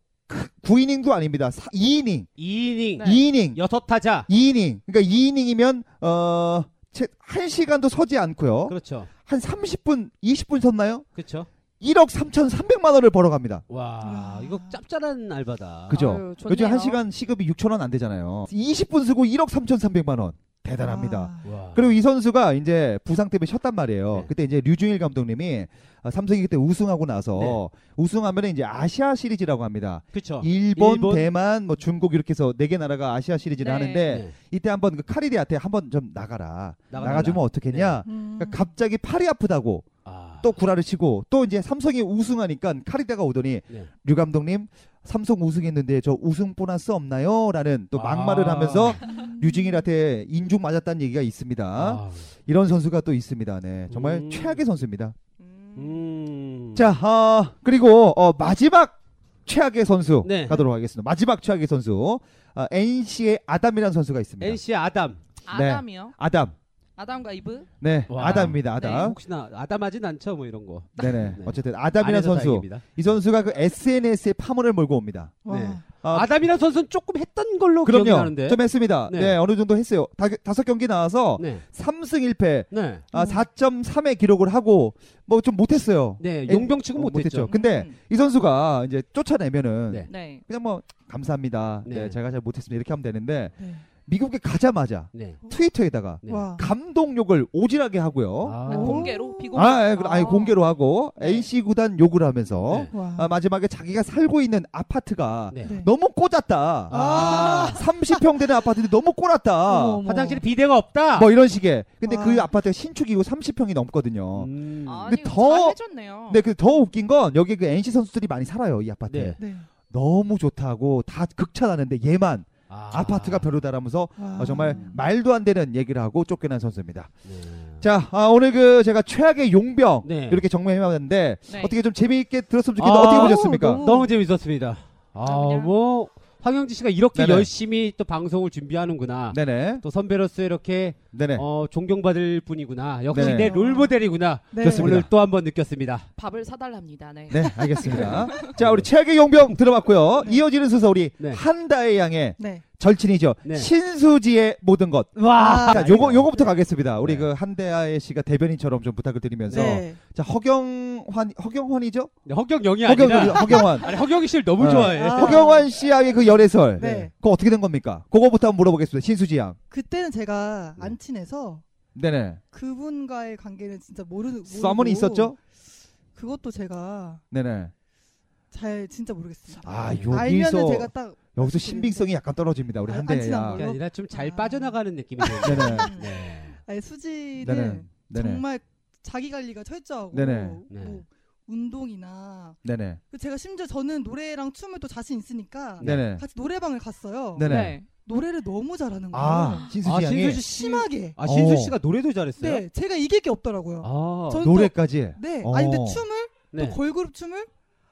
9이닝도 아닙니다. 2이닝,
2이닝,
네.
2이닝,
여섯 타자.
2이닝. 그러니까 2이닝이면 어, 채- 한 시간도 서지
어?
않고요.
그렇죠.
한 30분, 20분 섰나요?
그렇죠.
1억 3,300만 원을 벌어갑니다.
와,
아.
와.
이거 짭짤한 알바다.
그죠?
아유, 좋네요.
요즘 한 시간 시급이 6천 원 안 되잖아요. 20분 쓰고 1억 3,300만 원. 대단합니다.
와.
그리고 이 선수가 이제 부상 때문에 쉬었단 말이에요.
아. 네.
그때 이제 류중일 감독님이 아, 삼성이 그때 우승하고 나서
네.
우승하면 이제 아시아 시리즈라고 합니다.
그쵸.
일본,
일본.
대만, 뭐 중국 이렇게 해서 네 개 나라가 아시아 시리즈를
네.
하는데
네. 아,
이때 한번 그 카리디한테 한번 좀 나가라.
나가라.
나가주면 어떻겠냐?
음.
네.
그러니까 갑자기 팔이 아프다고
아.
또 구라를 치고 또 이제 삼성이 우승하니까 카리다가 오더니
네.
류 감독님 삼성 우승했는데 저 우승 보너스 없나요? 라는 또
아.
막말을 하면서 어? 류중일한테 인중 맞았다는 얘기가 있습니다.
아.
이런 선수가 또 있습니다. 네, 정말
음.
최악의 선수입니다.
음.
자, 아, 그리고 어, 마지막 최악의 선수
네.
가도록 하겠습니다. 마지막 최악의 선수 아, NC의 아담이라는 선수가 있습니다.
NC 아담.
네.
아담이요?
아담,
아담과 이브? 음.
네,
와.
아담입니다. 아담,
혹시나 아담하진 않죠 뭐 이런 거.
네, 네.
네.
어쨌든 아담이라는
안 해서
선수,
다행입니다.
이 선수가 그 SNS에 파문을 몰고 옵니다.
와.
네.
아,
아담이라는 선수는 조금 했던 걸로 기억이
어, 그럼요,
나는데.
좀 했습니다.
네.
네. 어느 정도 했어요. 다, 다섯 경기 나와서
네.
삼 3승 1패,
네.
아, 4.3의 기록을 하고 뭐 좀 못했어요.
네.
엔-
용병 치고
어,
못했죠.
근데
음.
이 선수가 이제 쫓아내면은
네.
네.
그냥 뭐 감사합니다. 네,
네.
제가 잘 못했습니다. 이렇게 하면 되는데
네.
미국에 가자마자
네.
트위터에다가
네.
와.
감독욕을 오지랖에 하고요.
아.
아, 공개로 비공개.
아, 예, 그- 아니, 공개로 하고
네.
NC 구단 욕을 하면서
네.
와.
아, 마지막에 자기가 살고 있는 아파트가
네.
네.
너무 꽂았다.
아.
30평 되는 아파트인데 너무 꽂았다.
어머, 어머.
화장실에 비데가 없다.
뭐 이런 식의. 근데
와.
그 아파트가 신축이고 30평이 넘거든요.
음.
아니,
근데 더-
잘 해줬네요.
근데 그 더 웃긴 건 여기 그 NC 선수들이 많이 살아요 이 아파트에
네.
네.
너무 좋다고 다 극찬하는데 얘만 아. 파트가 별로다라면서
와.
아.
어, 정말 말도 안 되는 얘기를 하고 쫓겨난 선수입니다.
네.
자 아, 오늘 그 제가 최악의 용병
네.
이렇게 정리해봤는데
네.
어떻게 좀 재미있게 들었으면 좋겠는데
아,
어떻게 보셨습니까?
너무-
너무 재밌었습니다. 아,
그냥-
뭐 황영진 씨가 이렇게
네네.
열심히 또 방송을 준비하는구나.
네네
또 선배로서 이렇게
네네
어, 존경받을 분이구나. 역시
네네.
내 롤모델이구나.
아. 네.
좋습니다.
오늘 또 한 번 느꼈습니다.
밥을 사달랍니다. 네.
네 알겠습니다. 자 우리 최악의 용병 들어봤고요. 이어지는 순서 우리
네.
한다의 양의
네.
절친이죠
네.
신수지의 모든 것.
아,
와.
자, 요거 요거부터 가겠습니다. 우리
아, 네.
그 한대아의 씨가 대변인처럼 좀 부탁을 드리면서
네.
자 허경환 허경환이죠?
네, 허경영이
허경환
아니라
허경환
아니, 허경이 씨를 너무
어.
좋아해.
아.
허경환 씨의 그 열애설
네.
그거 어떻게 된 겁니까? 그거부터 한번 물어보겠습니다. 신수지 양.
그때는 제가
네.
안 친해서
네네.
그분과의 관계는 진짜 모르는
썸은 있었죠?
그것도 제가
네네.
잘 진짜 모르겠습니다.
아
알면은
여기서
제가 딱
여기서 신빙성이 약간 떨어집니다. 우리
아,
한대아
안 친한
그게
걸로?
양.
아니라 좀 잘
아.
빠져나가는 느낌이 들어요.
네네.
네.
아니, 수지는
네네. 네네.
정말 자기 관리가 철저하고
네네.
뭐
네.
운동이나
네네.
그 제가 심지어 저는 노래랑 춤을 또 자신 있으니까
네네.
같이 노래방을 갔어요.
네네.
노래를 너무 잘하는 거예요.
아
아,
신수지 양이
신수 씨.
심하게.
아, 신수
어.
씨가 노래도 잘했어요.
네, 제가 이길 게 없더라고요.
아.
저는
노래까지.
또- 네,
어.
아니 근데 춤을
네.
또 걸그룹 춤을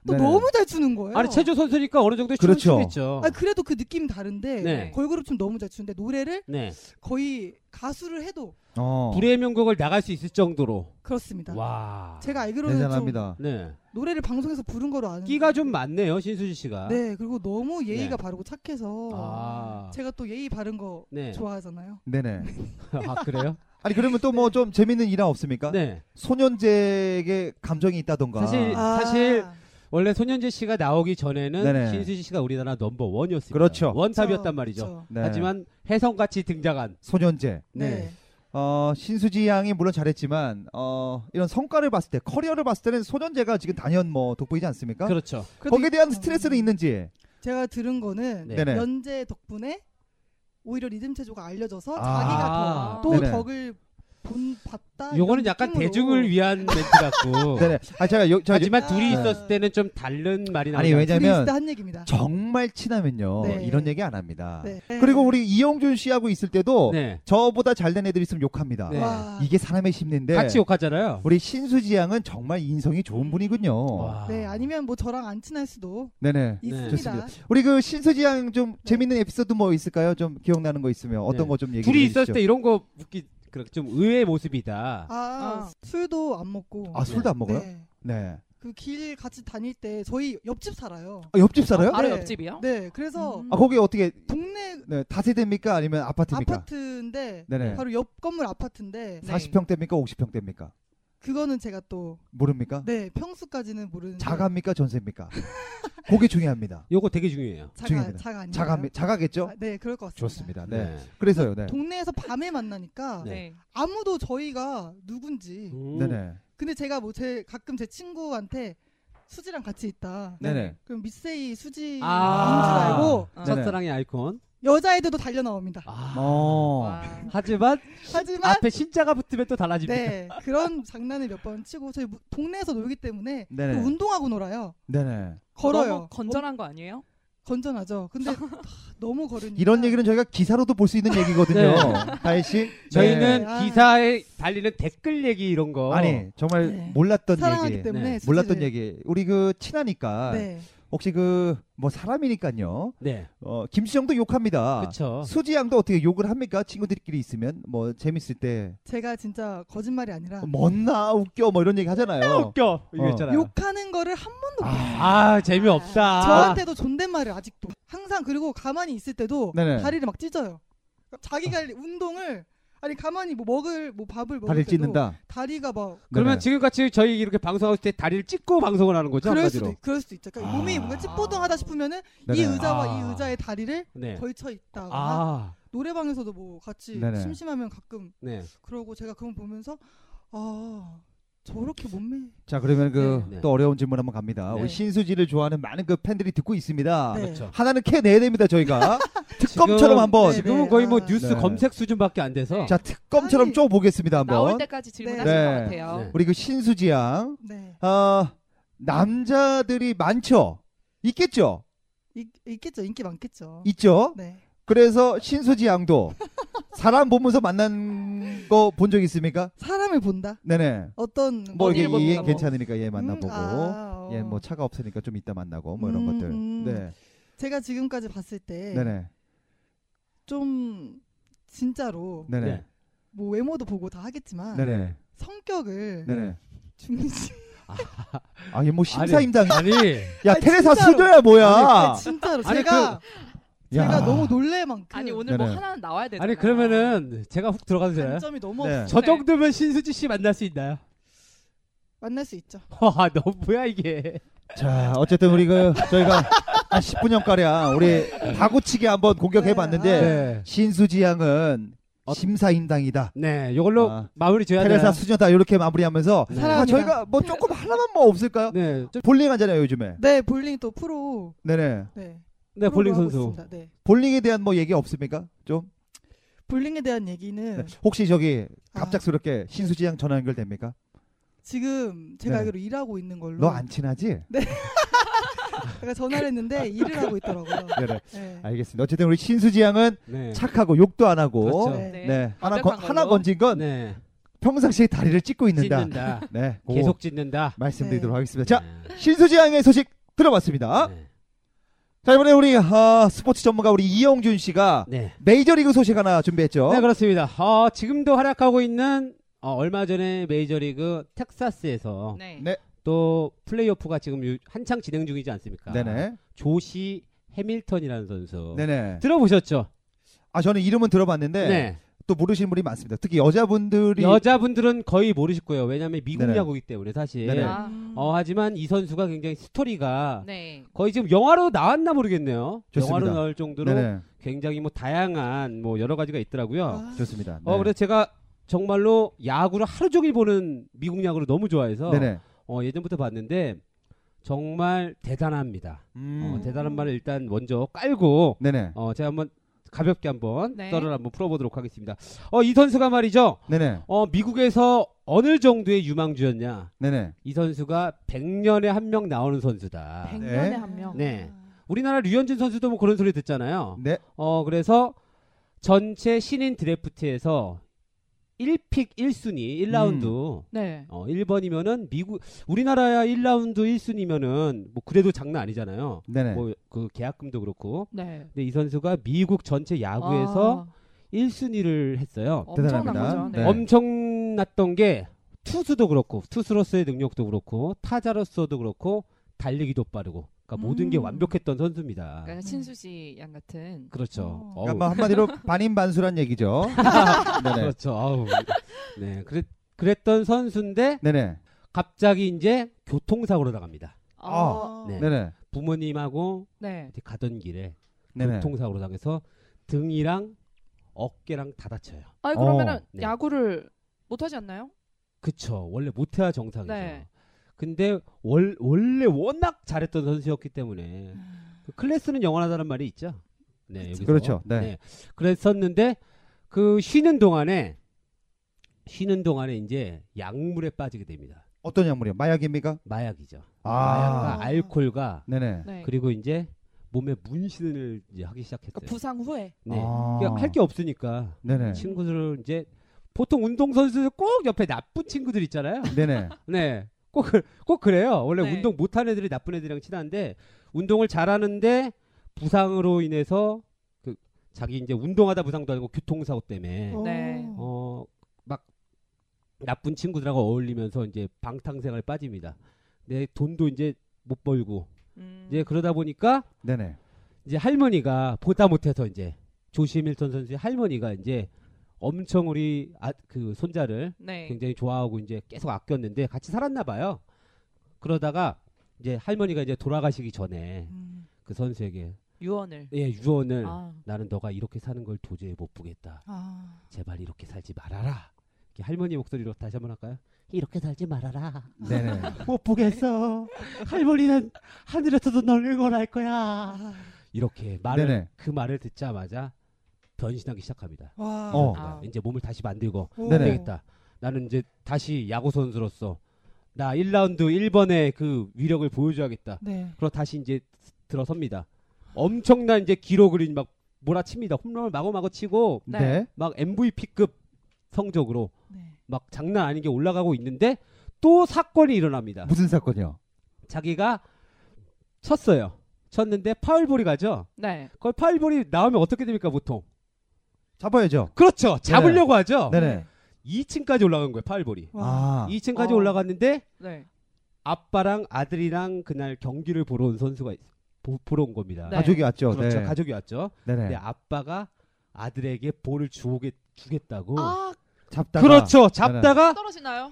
또
네네.
너무 잘 추는 거예요.
아니 체조 선수니까 어느 정도 춤을
그렇죠.
추있죠
아니, 그래도 그 느낌 이 다른데
네.
걸그룹 춤 너무 잘 추는데 노래를
네.
거의 가수를 해도
어.
불의 명곡을 나갈 수 있을 정도로.
그렇습니다.
와.
제가 알기로는 좀
대단합니다.
네.
노래를 방송에서 부른 거로 아는
끼가 좀 많네요, 신수지 씨가.
네, 그리고 너무 예의가
네.
바르고 착해서
아.
제가 또 예의 바른 거
네.
좋아하잖아요.
네네.
아, 그래요?
아니 그러면 또 뭐 좀 재밌는 일화 없습니까?
네.
소년제에게 감정이 있다던가. 아,
사실- 네,
아,
사실 원래 손현재 씨가 나오기 전에는
네네.
신수지 씨가 우리나라 넘버 원이었습니다.
그렇죠.
원탑이었단 말이죠.
네.
하지만 혜성같이 등장한.
소년제.
네.
네.
어, 신수지 양이 물론 잘했지만 어, 이런 성과를 봤을 때 커리어를 봤을 때는 소년제가 지금 단연 뭐 돋보이지 않습니까?
그렇죠.
그래도
거기에
이-
대한
어,
스트레스는 있는지.
제가 들은 거는
네.
네네.
연재 덕분에 오히려 리듬 체조가 알려져서
아.
자기가
아.
더 또
네네.
덕을 본 봤다. 이런
요거는 약간
느낌으로.
대중을 위한 멘트 같고.
네네. 아 제가 요, 제가
하지만 둘이
네.
있었을 때는 좀 다른 말이 나오죠.
아니
둘이 있을
왜냐면
때 한 얘기입니다.
정말 친하면요
네.
이런 얘기 안 합니다.
네.
그리고 우리 이영준 씨하고 있을 때도
네.
저보다 잘된 애들 있으면 욕합니다.
네.
와.
이게 사람의 심리인데
같이 욕하잖아요.
우리 신수지 양은 정말 인성이 좋은 분이군요.
와.
네, 아니면 뭐 저랑 안 친할 수도
네네.
있습니다.
우리 그 신수지 양 좀 재밌는 에피소드 뭐 있을까요? 좀 기억나는 거 있으면 어떤
네.
거 좀 얘기해 주시죠.
둘이 있었을 때 이런 거 웃기 그렇게 좀 의외의 모습이다.
아,
아.
술도 안 먹고.
아 술도 안 먹어요?
네.
네.
그 길 같이 다닐 때 저희 옆집 살아요.
아, 옆집 살아요?
바로
네.
옆집이요?
네, 그래서
음.
아 거기 어떻게
동네
네, 다세대입니까 아니면 아파트입니까?
아파트인데
네네.
바로 옆 건물 아파트인데
네.
40평대입니까 50평대입니까?
그거는 제가 또
모릅니까?
네, 평수까지는 모르는데
자가입니까 전세입니까? 그게 중요합니다.
요거 되게 중요해요.
자가
중요합니다.
자가 아닌가요?
자가 자가겠죠?
네. 아, 네, 그럴 것 같습니다.
좋습니다. 네. 그래서요. 네.
동네에서 밤에 만나니까
네.
네.
아무도 저희가 누군지
음.
네네.
근데 제가 뭐 제 가끔 제 친구한테 수지랑 같이 있다.
네네.
그럼 미세이 수지인
아.
줄 알고
어.
네,
첫사랑의 아이콘.
여자애들도 달려 나옵니다.
아.
어.
와.
하지만
아,
하지만
앞에 신자가 붙으면 또 달라집니다.
뭐? 네 그런 장난을 몇 번 치고 저희 무- 동네에서 놀기 때문에 또
네네.
그 운동하고 놀아요.
네네.
걸어요.
너무 건전한 거 아니에요?
어, 건전하죠. 근데 하, 너무 걸으니까
이런 얘기는 저희가 기사로도 볼 수 있는 얘기거든요.
네.
다혜 씨.
저희는
네.
기사에 달리는 댓글 얘기 이런 거.
아니 정말
네.
몰랐던
사랑하기
얘기.
때문에
네.
수지를-
몰랐던 얘기. 우리 그 친하니까
네.
혹시 그 뭐 사람이니까요.
네.
어, 김수영도 욕합니다.
그쵸.
수지 양도 어떻게 욕을 합니까? 친구들끼리 있으면 뭐 재밌을 때
제가 진짜 거짓말이 아니라
어, 뭔나 웃겨 뭐 이런 얘기 하잖아요.
웃겨.
어.
이거 있잖아요.
욕하는 거를 한 번도 못 해요.
아, 재미없다.
저한테도 존댓말을 아직도 항상 그리고 가만히 있을 때도
네네.
다리를 막 찢어요. 그러니까 자기가 운동을 아니 가만히 뭐 먹을 뭐 밥을 먹을
다리를
때도
찢는다.
다리가 막
그러면
네네.
지금같이 저희 이렇게 방송할 때 다리를 찢고 방송을 하는 거죠?
그럴
한마디로.
수도 그럴 수도 있죠. 그러니까
아.
몸이 뭔가 찌뿌둥하다 싶으면은
네네.
이 의자와
아.
이 의자의 다리를
네.
걸쳐 있다거나
아,
노래방에서도 뭐 같이
네네.
심심하면 가끔
네.
그러고 제가 그걸 보면서 아 저렇게 몸매
자 그러면 그 또
네.
어려운 질문 한번 갑니다.
네.
우리 신수지를 좋아하는 많은 그 팬들이 듣고 있습니다.
네.
그렇죠.
하나는 캐 내야 됩니다 저희가 특검처럼 한번
네.
지금은 거의 뭐
아.
뉴스
네.
검색 수준밖에 안 돼서.
자 특검처럼
아니,
쪼 보겠습니다
나올
한번.
때까지 질문하실
네.
것 같아요.
네.
우리 그 신수지 양
네
아, 남자들이 많죠. 있겠죠.
있, 있겠죠 인기 많겠죠.
있죠.
네
그래서 신수지 양도 사람 보면서 만난 거 본 적 있습니까?
사람을 본다
네네.
어떤
뭐
어딜
이게
본가
얘
뭐.
괜찮으니까 얘 만나보고
음, 아, 어.
얘 뭐 차가 없으니까 좀 이따 만나고 뭐 이런
음,
것들.
음.
네.
제가 지금까지 봤을 때
네네.
좀 진짜로
네네.
네.
뭐 외모도 보고 다 하겠지만
네네.
성격을
네네.
중시
아, 얘 뭐 심사임당.
아니,
야,
아니,
테레사
진짜로.
수녀야 뭐야. 그,
진짜로
아니,
제가 제가
야.
너무 놀랄 만큼
아니 오늘 뭐
네네.
하나는 나와야 되잖아.
아니 그러면은 제가 훅 들어가도 되나요?
단점이 너무
네.
없-
저 정도면 신수지 씨 만날 수 있나요?
만날 수 있죠.
와, 너 뭐야 이게?
자, 어쨌든 우리 그 저희가 한 10분년 가량 우리 바구치기 한번 공격해
네.
봤는데
네,
신수지 양은
어.
심사임당이다.
네, 요걸로
아.
마무리 줘야 되나요?
테레사 수녀다 이렇게 마무리하면서
네.
아,
사랑합니다.
저희가 뭐 조금 하나만 뭐 없을까요?
네, 좀,
볼링 하잖아요 요즘에.
네 볼링 또 프로
네네.
네,
네
프로로
볼링
하고
선수.
있습니다. 네
볼링에 대한 뭐 얘기 없습니까? 좀
볼링에 대한 얘기는
네. 혹시 저기
아.
갑작스럽게 신수지 양 전화 연결됩니까?
지금 제가
네.
알기로 일하고 있는 걸로
너 안 친하지?
제가 전화를 했는데 일을 하고 있더라고요.
네네.
네.
알겠습니다. 어쨌든 우리 신수지 양은
네,
착하고 욕도 안 하고
그렇죠.
네.
네.
하나 건,
완벽한
하나
걸로.
건진 건
네,
평상시에 다리를 찢고 있는다.
찢는다.
네. 그거
계속 찢는다.
말씀드리도록
네.
하겠습니다. 자,
네.
신수지 양의 소식 들어봤습니다.
네.
자, 이번에 우리 아, 스포츠 전문가 우리 이영준 씨가
네.
메이저리그 소식 하나 준비했죠.
네, 그렇습니다. 어, 지금도 활약하고 있는 어, 얼마 전에 메이저리그 텍사스에서
네.
네.
또 플레이오프가 지금 유- 한창 진행 중이지 않습니까?
네네.
조시 해밀턴이라는 선수.
네네. 네.
들어보셨죠?
아 저는 이름은 들어봤는데 또 모르시는 분이 많습니다. 특히 여자분들이
네. 여자분들은 거의 모르실 거예요. 왜냐하면 미국
네네.
야구이기 때문에 사실.
네네.
아,
음.
어, 하지만 이 선수가 굉장히 스토리가
네.
거의 지금 영화로 나왔나 모르겠네요.
좋습니다.
영화로 나올 정도로
네네.
굉장히 뭐 다양한 뭐 여러 가지가 있더라고요.
아,
좋습니다. 네.
어, 그래서 제가 정말로 야구를 하루 종일 보는 미국 야구를 너무 좋아해서
네네.
어, 예전부터 봤는데 정말 대단합니다. 어,
음.
대단한 말을 일단 먼저 깔고
네네.
어, 제가 한번 가볍게 한번
네.
썰을 한번 풀어보도록 하겠습니다. 어, 이 선수가 말이죠.
네네.
어, 미국에서 어느 정도의 유망주였냐?
네네.
이 선수가 100년에 한 명 나오는 선수다.
100년에 한 명.
네. 우리나라 류현진 선수도 뭐 그런 소리 듣잖아요.
네.
어, 그래서 전체 신인 드래프트에서 1픽 1순위, 1라운드.
네.
어, 1번이면은 미국 우리나라야 1라운드 1순위면은 뭐 그래도 장난 아니잖아요.
네네.
뭐 그 계약금도 그렇고.
네.
근데 이 선수가 미국 전체 야구에서
아,
1순위를 했어요.
엄청난
대단합니다.
거죠.
네.
네.
엄청났던 게 투수도 그렇고 투수로서의 능력도 그렇고 타자로서도 그렇고 달리기도 빠르고 그러니까 모든 게
음.
완벽했던 선수입니다.
그러니까 신수지 양 같은
그렇죠.
어.
뭐
어우,
그러니까 뭐 한마디로 반인반수란 얘기죠. 네네.
그렇죠. 아우. 네, 그래 그랬던 선수인데
네네.
갑자기 이제 교통사고로 나갑니다.
아.
네.
네네.
부모님하고
어, 네.
이제 가던 길에
네네.
교통사고로 당해서 등이랑 어깨랑 다 다쳐요.
아니 그러면은
네.
야구를 못 하지 않나요?
그쵸. 원래 못해야 정상이죠.
네.
근데 월, 원래 워낙 잘했던 선수였기 때문에
음.
그 클래스는 영원하다는 말이 있죠. 네, 여기서.
그렇죠. 네.
그랬었는데 그 쉬는 동안에 쉬는 동안에 이제 약물에 빠지게 됩니다.
어떤 약물이요? 마약입니까?
마약이죠.
아.
마약과 알코올과
네네.
네.
그리고 이제 몸에 문신을 이제 하기 시작했어요.
그러니까 부상 후에
네.
아.
할게 없으니까
네네.
친구들을 이제 보통 운동 선수들 꼭 옆에 나쁜 친구들 있잖아요.
네네.
네. 꼭, 그- 꼭 그래요. 원래
네.
운동 못하는 애들이 나쁜 애들이랑 친한데, 운동을 잘하는데, 부상으로 인해서, 그, 자기 이제 운동하다 부상도 아니고 교통사고 때문에, 어,
네.
막, 나쁜 친구들하고 어울리면서 이제 방탕생활 빠집니다. 내 돈도 이제 못 벌고,
음.
이제 그러다 보니까,
네네.
이제 할머니가 보다 못해서 이제, 조시밀턴 선수의 할머니가 이제, 엄청 우리 아, 그 손자를
네.
굉장히 좋아하고 이제 계속 아꼈는데 같이 살았나 봐요. 그러다가 이제 할머니가 이제 돌아가시기 전에
음.
그 선수에게
유언을
예 유언을
아.
나는 너가 이렇게 사는 걸 도저히 못 보겠다.
아.
제발 이렇게 살지 말아라. 이렇게 할머니 목소리로 다시 한번 할까요? 이렇게 살지 말아라.
네네.
못 보겠어. 할머니는 하늘에서도 널 응원할 거야.
아.
이렇게 말을
네네.
그 말을 듣자마자 변신하기 시작합니다. 그러니까
와.
어.
아.
이제 몸을 다시 만들고
오.
네네.
되겠다. 나는 이제 다시 야구 선수로서 나 1라운드 1번의 그 위력을 보여줘야겠다.
네.
그러 다시 이제 들어섭니다. 엄청난 이제 기록을 이제 막 몰아칩니다. 홈런을 마구마구 치고
네.
네.
막 MVP급 성적으로
네.
막 장난 아니게 올라가고 있는데 또 사건이 일어납니다.
무슨 사건이요?
자기가 쳤어요. 쳤는데 파울볼이 가죠.
네.
그걸 파울볼이 나오면 어떻게 됩니까 보통?
잡아야죠.
그렇죠. 잡으려고 하죠.
네네.
2층까지 올라간 거예요 파울볼이.
와.
아.
2층까지
어.
올라갔는데
네.
아빠랑 아들이랑 그날 경기를 보러 온 선수가 있- 보, 보러 온 겁니다.
네.
가족이 왔죠.
그렇죠.
네.
가족이 왔죠.
네네.
근데 아빠가 아들에게 볼을 주게 주겠다고.
아
잡다가
그렇죠. 잡다가
떨어지나요?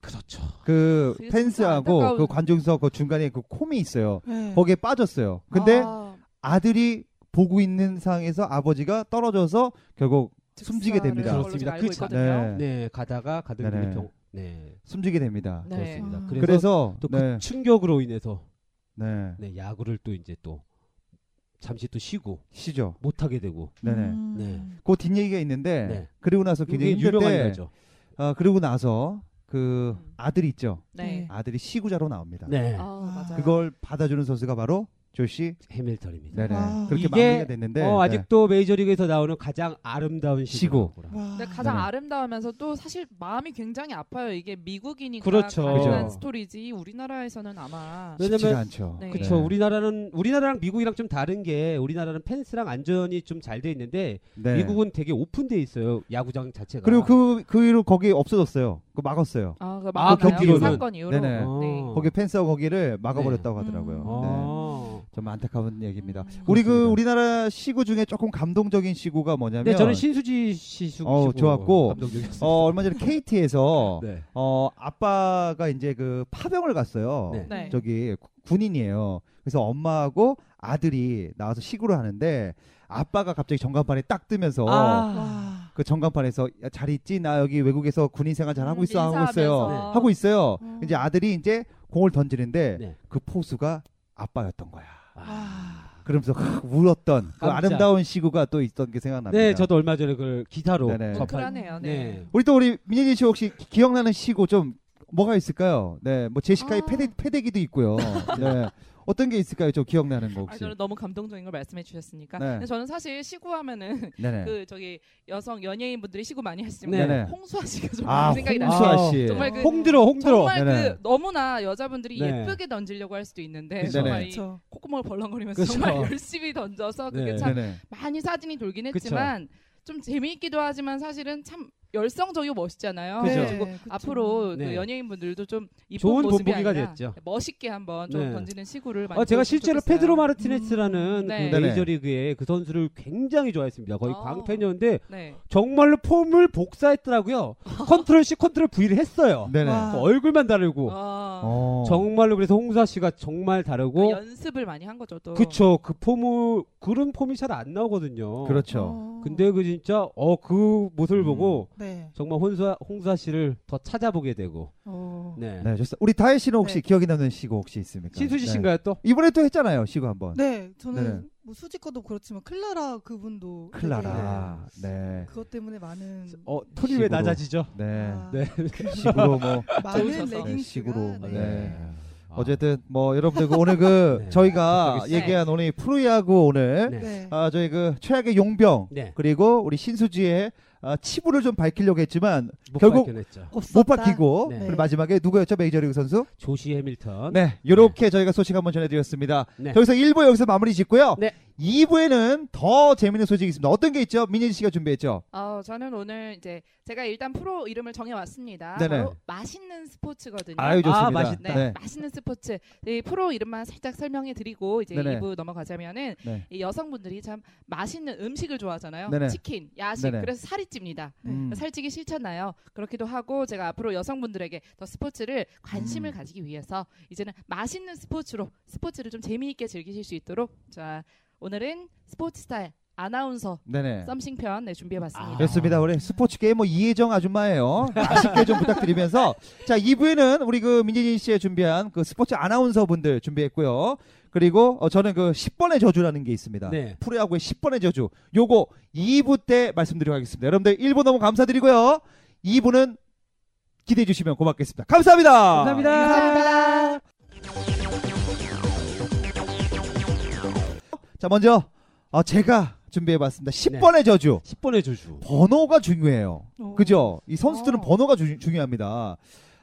그렇죠.
그
그게 진짜
펜스하고
안타까운-
그 관중석 그 중간에 그 콤이 있어요.
네.
거기에 빠졌어요. 근데
아,
아들이 보고 있는 상황에서 아버지가 떨어져서 결국 네. 숨지게 됩니다. 그렇죠.
걸로
그렇습니다.
제가 알고
그 자-
있거든요.
네, 가다가 가던
네네.
길이 병. 네,
숨지게 됩니다.
네.
그렇습니다.
아.
그래서,
그래서,
또 그
네.
충격으로 인해서
네.
네, 야구를 또 이제 또 잠시 또 쉬고
쉬죠.
못 하게 되고.
네네.
음.
네.
그 뒷얘기가 있는데
네.
그리고 나서 굉장히
굉장히
힘들
유명한
때
일화죠.
아, 그리고 나서 그
음.
아들이 있죠.
네.
아들이 시구자로 나옵니다.
네,
아, 맞아요.
그걸 받아주는 선수가 바로 조시
해밀턴입니다.
네네.
와.
그렇게
아, 이게-
마무리가 됐는데
어,
네.
아직도 메이저리그에서 나오는 가장 아름다운
시구.
시구.
와.
근데 가장
네.
아름다우면서 또 사실 마음이 굉장히 아파요. 이게 미국이니까
그렇죠.
가능한
그죠.
스토리지 우리나라에서는 아마
쉽지가
왜냐면
않죠.
네.
그쵸 우리나라는 우리나라랑 미국이랑 좀 다른 게 우리나라는 펜스랑 안전이 좀 잘 돼 있는데
네.
미국은 아. 되게 오픈돼 있어요 야구장 자체가.
그리고 그, 그 이후로 거기 없어졌어요. 그 막았어요.
아, 그
아,
막아요. 이
경기로는.
사건 이후로.
네네.
네.
거기 펜스하고 거기를 막아버렸다고
네.
하더라고요. 네.
어.
정말 안타까운 얘기입니다.
음.
우리 그
그렇습니다.
우리나라 시구 중에 조금 감동적인 시구가 뭐냐면
네, 저는 신수지 씨 수-
어우,
시구
좋았고.
감독이었어요.
어, 얼마 전에 KT에서
네.
어, 아빠가 이제 그 파병을 갔어요.
네.
네.
저기 구- 군인이에요. 그래서 엄마하고 아들이 나와서 시구를 하는데 아빠가 갑자기 전광판에 딱 뜨면서
아.
와.
그 전광판에서 야, 잘 있지? 나 여기 외국에서 군인 생활 잘 하고
음,
있어 하고 있어요.
인사하면서.
하고 있어요.
어.
이제 아들이 이제 공을 던지는데
네.
그 포수가 아빠였던 거야.
아.
그러면서 울었던 그
깜짝.
아름다운 시구가 또 있던 게 생각납니다.
네, 저도 얼마 전에 그 기사로
네네.
접한.
뭉클하네요. 네.
네.
우리 또 우리 민현이 씨 혹시 기- 기억나는 시구 좀 뭐가 있을까요? 네, 뭐 제시카의
아.
패대, 패대기도 있고요. 네. 어떤 게 있을까요? 저 기억나는 거
아,
혹시?
저는 너무 감동적인 걸 말씀해 주셨으니까.
네.
근데 저는 사실 시구하면은
네네.
그 저기 여성 연예인분들이 시구 많이
네.
하시면
네네.
홍수아 씨가 좀
아,
생각이
홍수아.
나요.
홍수아 씨.
정말 그
홍들어, 홍들어.
정말
네네.
그 너무나 여자분들이
네.
예쁘게 던지려고 할 수도 있는데
네네.
정말 이
그렇죠.
콧구멍을 벌렁거리면서
그쵸.
정말 열심히 던져서 그게
네.
참
네네.
많이 사진이 돌긴
그쵸.
했지만 좀 재미있기도 하지만 사실은 참 열성적이고 멋있잖아요.
그죠.
그래가지고 앞으로
네.
그 연예인분들도 좀 이쁜
좋은
모습이
본보기가
아니라
됐죠.
멋있게 한번 좀
네.
던지는 시구를 많이
아, 제가
보여줬으면
실제로
좋겠어요.
페드로 마르티네스라는
음, 네.
그
네네.
메이저리그의 그 선수를 굉장히 좋아했습니다. 거의
아.
광팬이었는데
네.
정말로 폼을 복사했더라고요. 컨트롤 C, 컨트롤 V를 했어요.
네네.
와.
그 얼굴만 다르고
아,
어.
정말로 그래서 홍사 씨가 정말 다르고
뭐 연습을 많이 한 거죠 또.
그쵸 그 폼을 그런 폼이 잘 안 나오거든요.
어.
그렇죠.
근데 그 진짜 어 그 모습을
음.
보고
네.
정말 혼사 홍사 씨를 더 찾아보게 되고
어.
네,
네, 좋습니다. 우리 다혜 씨는 혹시
네.
기억에 남는 시구 혹시 있습니까?
신수지
네.
씨인가요 또?
이번에 또 했잖아요, 시구 한번.
네, 저는
네네.
뭐 수지 거도 그렇지만 클라라 그분도
클라라. 네.
되게 그것 때문에 많은
어 톤이 왜
식으로.
낮아지죠?
네.
아,
네.
식으로 뭐
많은
좋으셔서.
레깅스가
네, 식으로.
네.
네.
아,
어쨌든 뭐 여러분들 그 오늘 그
네.
저희가
여기
있어요.
얘기한 오늘 프로야구 오늘
네.
네.
아 저희 그 최악의 용병
네.
그리고 우리 신수지의 아, 치부를 좀 밝히려고 했지만 결국
결국 발견했죠.
못
없었다.
밝히고
네.
그리고 마지막에 누구였죠 메이저리그 선수?
조시 해밀턴.
네, 요렇게 저희가 소식 한번 전해드렸습니다.
네.
여기서 1부 여기서 마무리 짓고요.
네.
2부에는 더 재밌는 소식이 있습니다. 어떤 게 있죠? 민예지 씨가 준비했죠.
어, 저는 오늘 이제 제가 일단 프로 이름을 정해왔습니다.
네네.
바로 맛있는 스포츠거든요.
아유 좋습니다.
아, 맛있다.
네,
네.
맛있는 스포츠. 이 프로 이름만 살짝 설명해 드리고 이제
네네.
2부 넘어가자면은
네.
이 여성분들이 참 맛있는 음식을 좋아하잖아요.
네네.
치킨, 야식.
네네.
그래서 살이 찝니다.
음.
살찌기 싫잖아요. 그렇기도 하고 제가 앞으로 여성분들에게 더 스포츠를 관심을
음.
가지기 위해서 이제는 맛있는 스포츠로 스포츠를 좀 재미있게 즐기실 수 있도록 자, 오늘은 스포츠 스타일 아나운서
네네.
썸씽 편 네, 준비해봤습니다.
그렇습니다. 우리 스포츠 게이머 이혜정 아줌마예요. 맛있게 좀 부탁드리면서 자 2부에는 우리 그 민예진 씨의 준비한 그 스포츠 아나운서 분들 준비했고요. 그리고 어, 저는 그 10번의 저주라는 게 있습니다.
네.
프로야구의 10번의 저주. 요거 2부 때 말씀드리고 하겠습니다. 여러분들 1부 너무 감사드리고요. 2부는 기대해 주시면 고맙겠습니다. 감사합니다.
감사합니다.
자 먼저 어, 제가 준비해봤습니다. 10번의
네.
저주.
10번의 조주.
번호가 중요해요.
어.
그죠? 이 선수들은
어.
번호가 주- 중요합니다.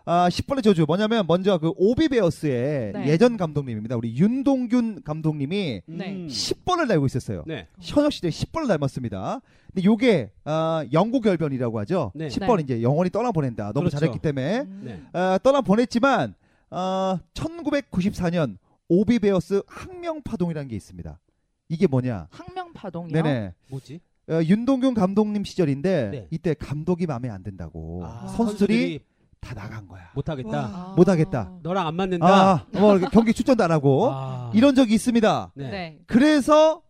아, 10번의 저주. 뭐냐면 먼저 그 오비베어스의
네.
예전 감독님입니다. 우리 윤동균 감독님이
음.
네.
10번을 달고 있었어요.
네.
현역 시대 10번을 닮았습니다. 근데 요게 아, 영구 결변이라고 하죠.
네.
10번
네.
이제 영원히 떠나보낸다. 너무
그렇죠.
잘했기 때문에
음.
네.
아, 떠나보냈지만 아, 1994년 오비베어스 항명파동이라는 게 있습니다. 이게 뭐냐?
항명 파동이요.
네네.
뭐지?
어, 윤동균 감독님 시절인데
네.
이때 감독이 마음에 안 든다고
아,
어. 선수들이 다 나간 거야.
못 하겠다.
아.
와.
못하겠다.
너랑 안 맞는다.
아, 뭐 이렇게 경기 출전도 안 하고
아.
이런 적이 있습니다.
네.
네.
그래서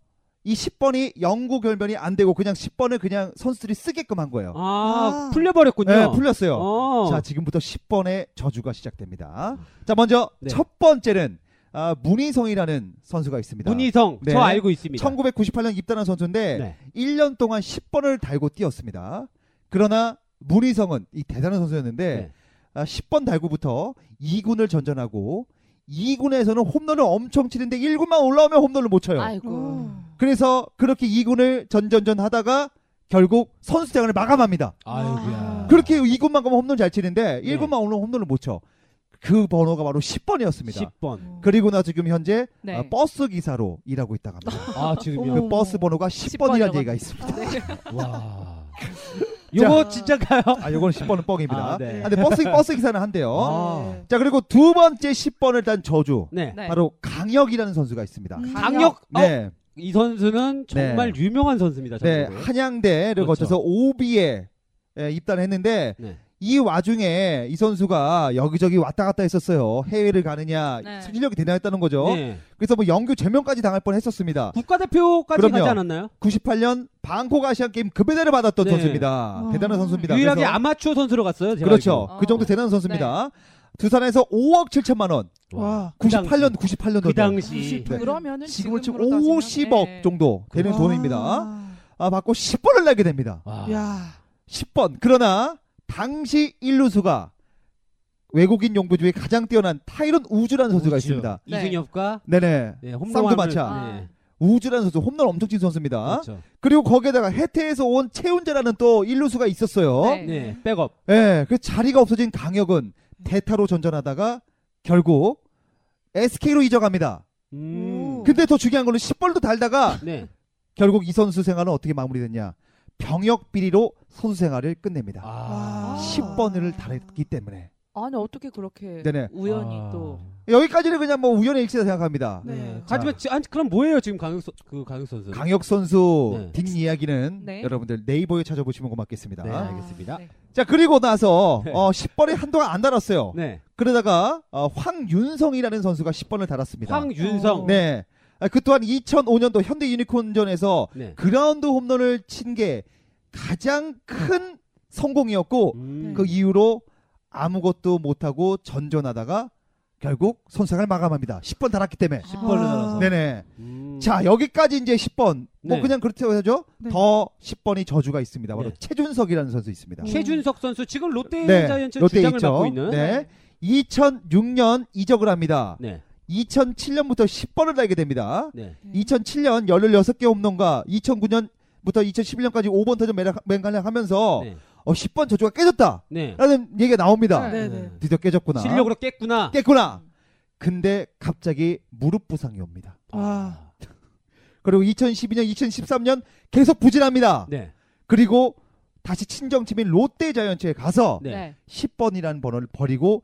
이 10번이 영구 결변이 안 되고 그냥 10번을 그냥 선수들이 쓰게끔 한 거예요.
아,
아.
풀려버렸군요.
네, 풀렸어요.
어.
자, 지금부터 10번의 저주가 시작됩니다. 자, 먼저
네.
첫 번째는 아, 문희성이라는 선수가 있습니다.
문희성
네.
저 알고 있습니다.
1998년 입단한 선수인데
네.
1년 동안 10번을 달고 뛰었습니다. 그러나 문희성은 이 대단한 선수였는데
네.
아, 10번 달고부터 2군을 전전하고 2군에서는 홈런을 엄청 치는데 1군만 올라오면 홈런을 못 쳐요.
아이고.
음.
어.
그래서 그렇게 2군을 전전전 하다가 결국 선수생활을 마감합니다.
아이고야.
그렇게 2군만 가면 홈런 잘 치는데
네.
1군만 올라오면 홈런을 못 쳐. 그 번호가 바로 10번이었습니다.
10번.
그리고 나서 지금 현재
네.
아, 버스 기사로 일하고 있다고 합니다.
아, 지금요.
그 버스 번호가 10번이라는
10번이라고
얘기가 있습니다.
네.
와. 그 요거
자.
진짜가요?
아, 요건 10번은 뻥입니다.
아, 네.
아, 근데 버스, 버스 기사는 한대요.
아.
네.
자, 그리고 두 번째 10번을 단 저주.
네.
네.
바로 강혁이라는 선수가 있습니다.
음.
강력. 어,
네,
이 선수는 정말 유명한 선수입니다.
네
정말.
한양대를
그렇죠.
거쳐서 오비에 예, 입단했는데
네.
이 와중에 이 선수가 여기저기 왔다 갔다 했었어요. 해외를 가느냐
네.
실력이 대단했다는 거죠.
네.
그래서 뭐 영규 제명까지 당할 뻔했었습니다.
국가대표까지
그럼요. 네,
가지 않았나요?
98년 방콕 아시안 게임 금메달을 받았던
네.
선수입니다.
와.
대단한 선수입니다.
유일하게
그래서-
아마추어 선수로 갔어요. 제가
그렇죠.
알기로는.
그 정도
아. 어.
대단한 선수입니다. 두산에서 5억 7천만 원,
알기로. 와.
98년 98년
그
돈.
당시.
네.
아.
그러면은
지금은 지금
지금으로 따지면-
50억
예.
정도 되는
와.
돈입니다. 아, 받고 10번을 내게 됩니다.
와.
야.
10번. 그러나 당시 일루수가 외국인 용구 중에 가장 뛰어난 타이런 우주라는 선수가
우주.
있습니다.
네.
이승엽과
네네.
네, 홈런
쌍두
왕을-
마차. 아.
네.
우주라는 선수 홈런 엄청 친 선수입니다.
그렇죠.
그리고 거기에다가 해태에서 온 최훈재라는 또 일루수가 있었어요.
네.
네, 백업.
예. 그 자리가 없어진 강혁은 대타로 전전하다가 결국 SK로 이적합니다.
음.
오.
근데 더 중요한 거는 10번도 달다가
네.
결국 이 선수 생활은 어떻게 마무리됐냐? 병역 비리로 선수 생활을 끝냅니다.
아.
10번을 달했기 때문에
아니 어떻게 그렇게
네네.
우연히
아.
또
여기까지는 그냥 뭐 우연의 일치다 생각합니다.
네.
네.
자.
하지만 지- 아니, 그럼 뭐예요 지금 강혁 선- 그 강혁 선수?
강혁 선수
네.
뒷이야기는
네.
여러분들 네이버에 찾아보시면 고맙겠습니다.
네, 알겠습니다.
네.
자 그리고 나서
네.
어, 10번에 한동안 안 달았어요.
네.
그러다가 어, 황윤성이라는 선수가 10번을 달았습니다.
황윤성.
어.
네. 아, 그 또한 2005년도 현대 유니콘전에서
네.
그라운드 홈런을 친 게 가장 큰 성공이었고
음.
그 이후로 아무것도 못하고 전전하다가 결국 손상을 마감합니다. 10번 달았기 때문에.
어.
10번을
아.
달아서.
네네.
음.
자 여기까지 이제 10번. 뭐
네.
그냥 그렇다고 해야죠.
네.
더 10번이 저주가 있습니다. 바로
네.
최준석이라는 선수 있습니다.
최준석 선수 지금 롯데
네,
자이언츠
롯데에
주장을
있죠.
맡고 있는.
네. 2006년 이적을 합니다.
네.
2007년부터 10번을 달게 됩니다.
네.
2007년 16개 홈런과 2009년부터 2011년까지 5번 타점 매락- 맹활약하면서
네.
어, 10번 저주가 깨졌다.
네.
라는 얘기가 나옵니다.
네,
네.
네.
드디어 깨졌구나.
실력으로 깼구나.
깼구나. 근데 갑자기 무릎 부상이 옵니다.
아.
그리고 2012년, 2013년 계속 부진합니다.
네.
그리고 다시 친정팀인 롯데 자이언츠에 가서
네.
네.
10번이라는 번호를 버리고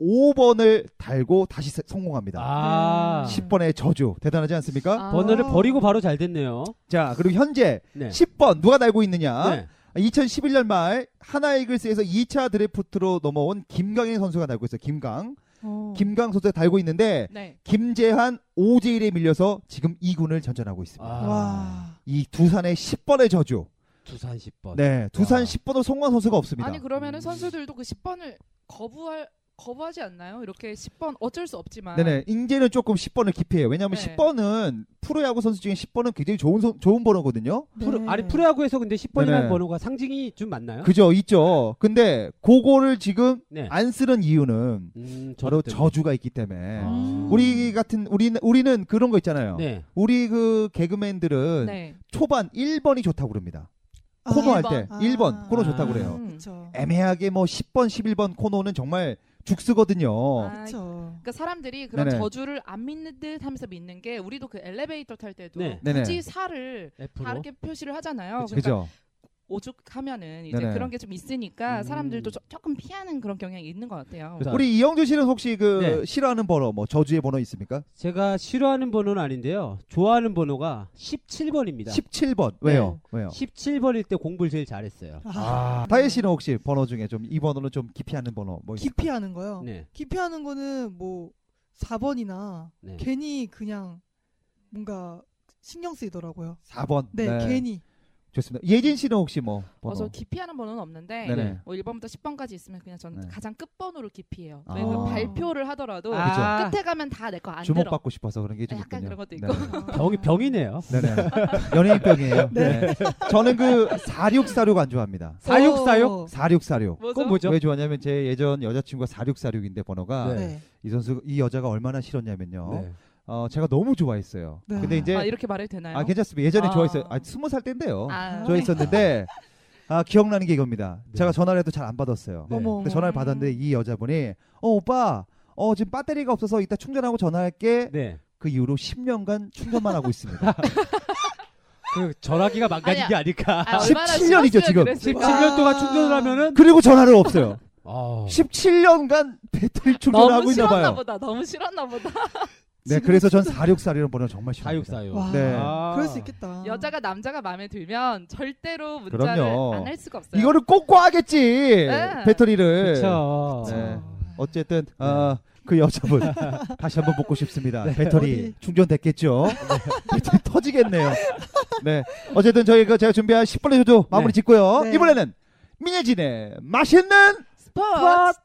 25번을 달고 다시 세- 성공합니다.
아.
10번의 저주 대단하지 않습니까?
아.
번호를 버리고 바로 잘 됐네요.
자 그리고 현재
네.
10번 누가 달고 있느냐?
네.
2011년 말 하나이글스에서 2차 드래프트로 넘어온 김강인 선수가 달고 있어요. 김강,
어.
김강 선수 달고 있는데
네.
김재한 오재일에 밀려서 지금 2군을 전전하고 있습니다.
아.
와.
이 두산의 10번의 저주.
두산 10번.
네, 두산
와.
10번으로 송구한 선수가 없습니다.
아니
음.
그러면은 선수들도 그 10번을 거부할 거부하지 않나요? 이렇게 10번 어쩔 수 없지만
네네. 인제는 조금 10번을 기피해요. 왜냐하면
네.
10번은 프로야구 선수 중에 10번은 굉장히 좋은 선- 좋은 번호거든요.
프로,
네.
아니 프로야구에서 근데 10번이라는
네네.
번호가 상징이 좀 맞나요?
그죠, 있죠. 근데 그거를 지금
네.
안 쓰는 이유는
음,
바로
때문에.
저주가 있기 때문에
아.
우리 같은 우리는 우리는 그런 거 있잖아요.
네.
우리 그 개그맨들은
네.
초반 1번이 좋다고 그럽니다.
아,
코너 할
일번.
때
아.
1번 코너 좋다고
아.
그래요.
음.
그쵸.
애매하게 뭐 10번, 11번 코너는 정말 죽쓰거든요.
아,
그쵸.
그러니까 사람들이 그런
어. 네네.
저주를 안 믿는 듯 하면서 믿는 게 우리도 그 엘리베이터 탈 때도
네.
네네.
굳이 사를
F로.
다르게 표시를
그쵸.
하잖아요. 그러니까
그죠?
오죽하면은 이제
네네.
그런 게 좀 있으니까
음.
사람들도 조, 조금 피하는 그런 경향이 있는 것 같아요.
그래서
우리 이영주 씨는 혹시 그
네.
싫어하는 번호, 뭐 저주의 번호 있습니까?
제가 싫어하는 번호는 아닌데요. 좋아하는 번호가 17번입니다.
17번. 왜요? 왜요?
17번일 때 공부를 제일 잘했어요.
네.
아, 다혜 씨는 혹시 번호 중에 좀 이 번호는 좀 기피하는 번호 뭐 있-
기피하는
어.
거요.
네.
기피하는 거는 뭐 4번이나
네.
괜히 그냥 뭔가 신경 쓰이더라고요.
4번.
네, 괜히.
좋습니다. 예진 씨는 혹시
어,
뭐 번호?
그래서 기피하는 번호는 없는데
네네.
뭐 1번부터 10번까지 있으면 그냥 저는
네.
가장 끝번호로 기피해요.
아.
왜냐면 그 발표를 하더라도 그
아,
끝에 가면 다 내 거 안 들어.
주목받고 싶어서 그런 게 좀
약간
있군요.
그런 것도
네.
있고.
아.
병이
어.
병이네요.
네네. 연예인병이에요.
네.
네. 저는 그 4646 안 좋아합니다.
사육사육?
어.
4646.
뭐죠?
그건 뭐죠?
왜 좋아하냐면 제 예전 여자친구가 4646인데 번호가
네.
네.
이 선수 이 여자가 얼마나 싫었냐면요.
네.
어 제가 너무 좋아했어요.
네.
근데 이제
아, 이렇게 말해도 되나요?
아 괜찮습니다. 예전에
아.
좋아했어요. 아 스무 살 때인데요.
아,
좋아했었는데 아 기억나는 게 이겁니다.
네.
제가 전화를 해도 잘 안 받았어요.
네.
어머.
근데 전화를 받았는데 이 여자분이 어 오빠 어 지금 배터리가 없어서 이따 충전하고 전화할게.
네.
그 이후로 10년간 충전만 하고 있습니다.
그 전화기가 망가진
아니야.
게 아닐까.
아,
17년 이죠, 지금.
17년 동안 충전을 하면은
그리고 전화를 없어요.
아.
17년간 배터리 충전을 하고
너무
있나
싫었나
봐요.
보다. 너무 싫었나 보다.
네, 그래서 전 4646 번호 정말 싫어합니다.
사육사육.
와.
네.
아.
그럴 수 있겠다.
여자가 남자가 마음에 들면 절대로 문자를
그럼요.
안 할 수가 없어요.
이거를 꼭 구하겠지.
네.
배터리를.
그렇죠.
네.
어.
어쨌든 어, 그 여자분 다시 한번 묻고 싶습니다. 배터리
어디?
충전됐겠죠? 배터리 터지겠네요. 네. 어쨌든 저희 그 제가 준비한 10분의 효도 마무리
네.
짓고요.
네.
이번에는 민예진의 맛있는
스포츠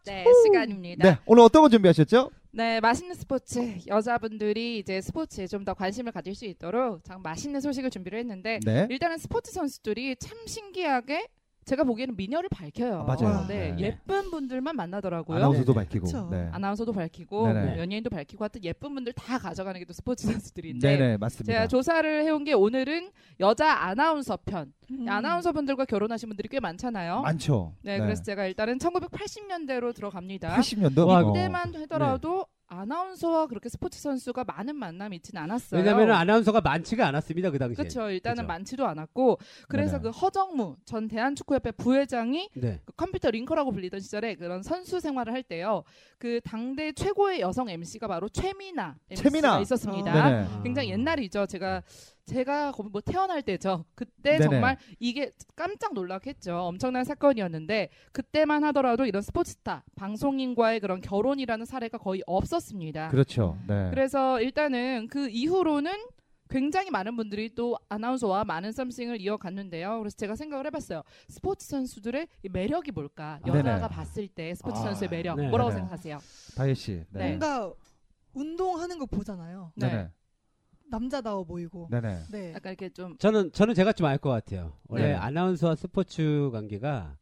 네, 시간입니다.
네 오늘 어떤 거 준비하셨죠?
네, 맛있는 스포츠. 여자분들이 이제 스포츠에 좀 더 관심을 가질 수 있도록 참 맛있는 소식을 준비를 했는데
네.
일단은 스포츠 선수들이 참 신기하게 제가 보기에는 미녀를 밝혀요.
아, 맞아요.
네,
네.
예쁜 분들만 만나더라고요.
아나운서도
네.
밝히고.
그쵸.
네.
아나운서도 밝히고
네네.
연예인도 밝히고 하여튼 예쁜 분들 다 가져가는 게 또 스포츠 선수들인데
네네 맞습니다.
제가 조사를 해온 게 오늘은 여자 아나운서 편.
음.
아나운서 분들과 결혼하신 분들이 꽤 많잖아요.
많죠. 네.
네, 그래서 제가 일단은 1980년대로 들어갑니다.
80년도
와,
그때만 하더라도 아나운서와 그렇게 스포츠 선수가 많은 만남이 있진 않았어요.
왜냐하면 아나운서가 많지가 않았습니다 그 당시에.
그렇죠. 일단은
그쵸.
많지도 않았고 그래서
네네.
그 허정무 전 대한축구협회 부회장이
네.
그 컴퓨터 링커라고 불리던 시절에 그런 선수 생활을 할 때요. 그 당대 최고의 여성 MC가 바로 최미나 MC가
최미나.
있었습니다.
아,
네네.
그러니까 굉장히 옛날이죠. 제가 제가 거의 뭐 태어날 때죠. 그때
네네.
정말 이게 깜짝 놀랐겠죠. 엄청난 사건이었는데 그때만 하더라도 이런 스포츠스타 방송인과의 그런 결혼이라는 사례가 거의 없었습니다.
그렇죠. 네.
그래서 일단은 그 이후로는 굉장히 많은 분들이 또 아나운서와 많은 썸씽을 이어갔는데요. 그래서 제가 생각을 해봤어요. 스포츠 선수들의 이 매력이 뭘까?
아,
여자가
네네.
봤을 때 스포츠
아,
선수의 매력
네.
뭐라고
네.
생각하세요?
다혜 씨.
네.
네.
뭔가 운동하는 거 보잖아요.
네.
네네.
남자다워 보이고.
네네.
네.
약간 이렇게 좀
저는 저는 제가 좀 알 것 같아요. 원래
네.
아나운서와 스포츠 관계가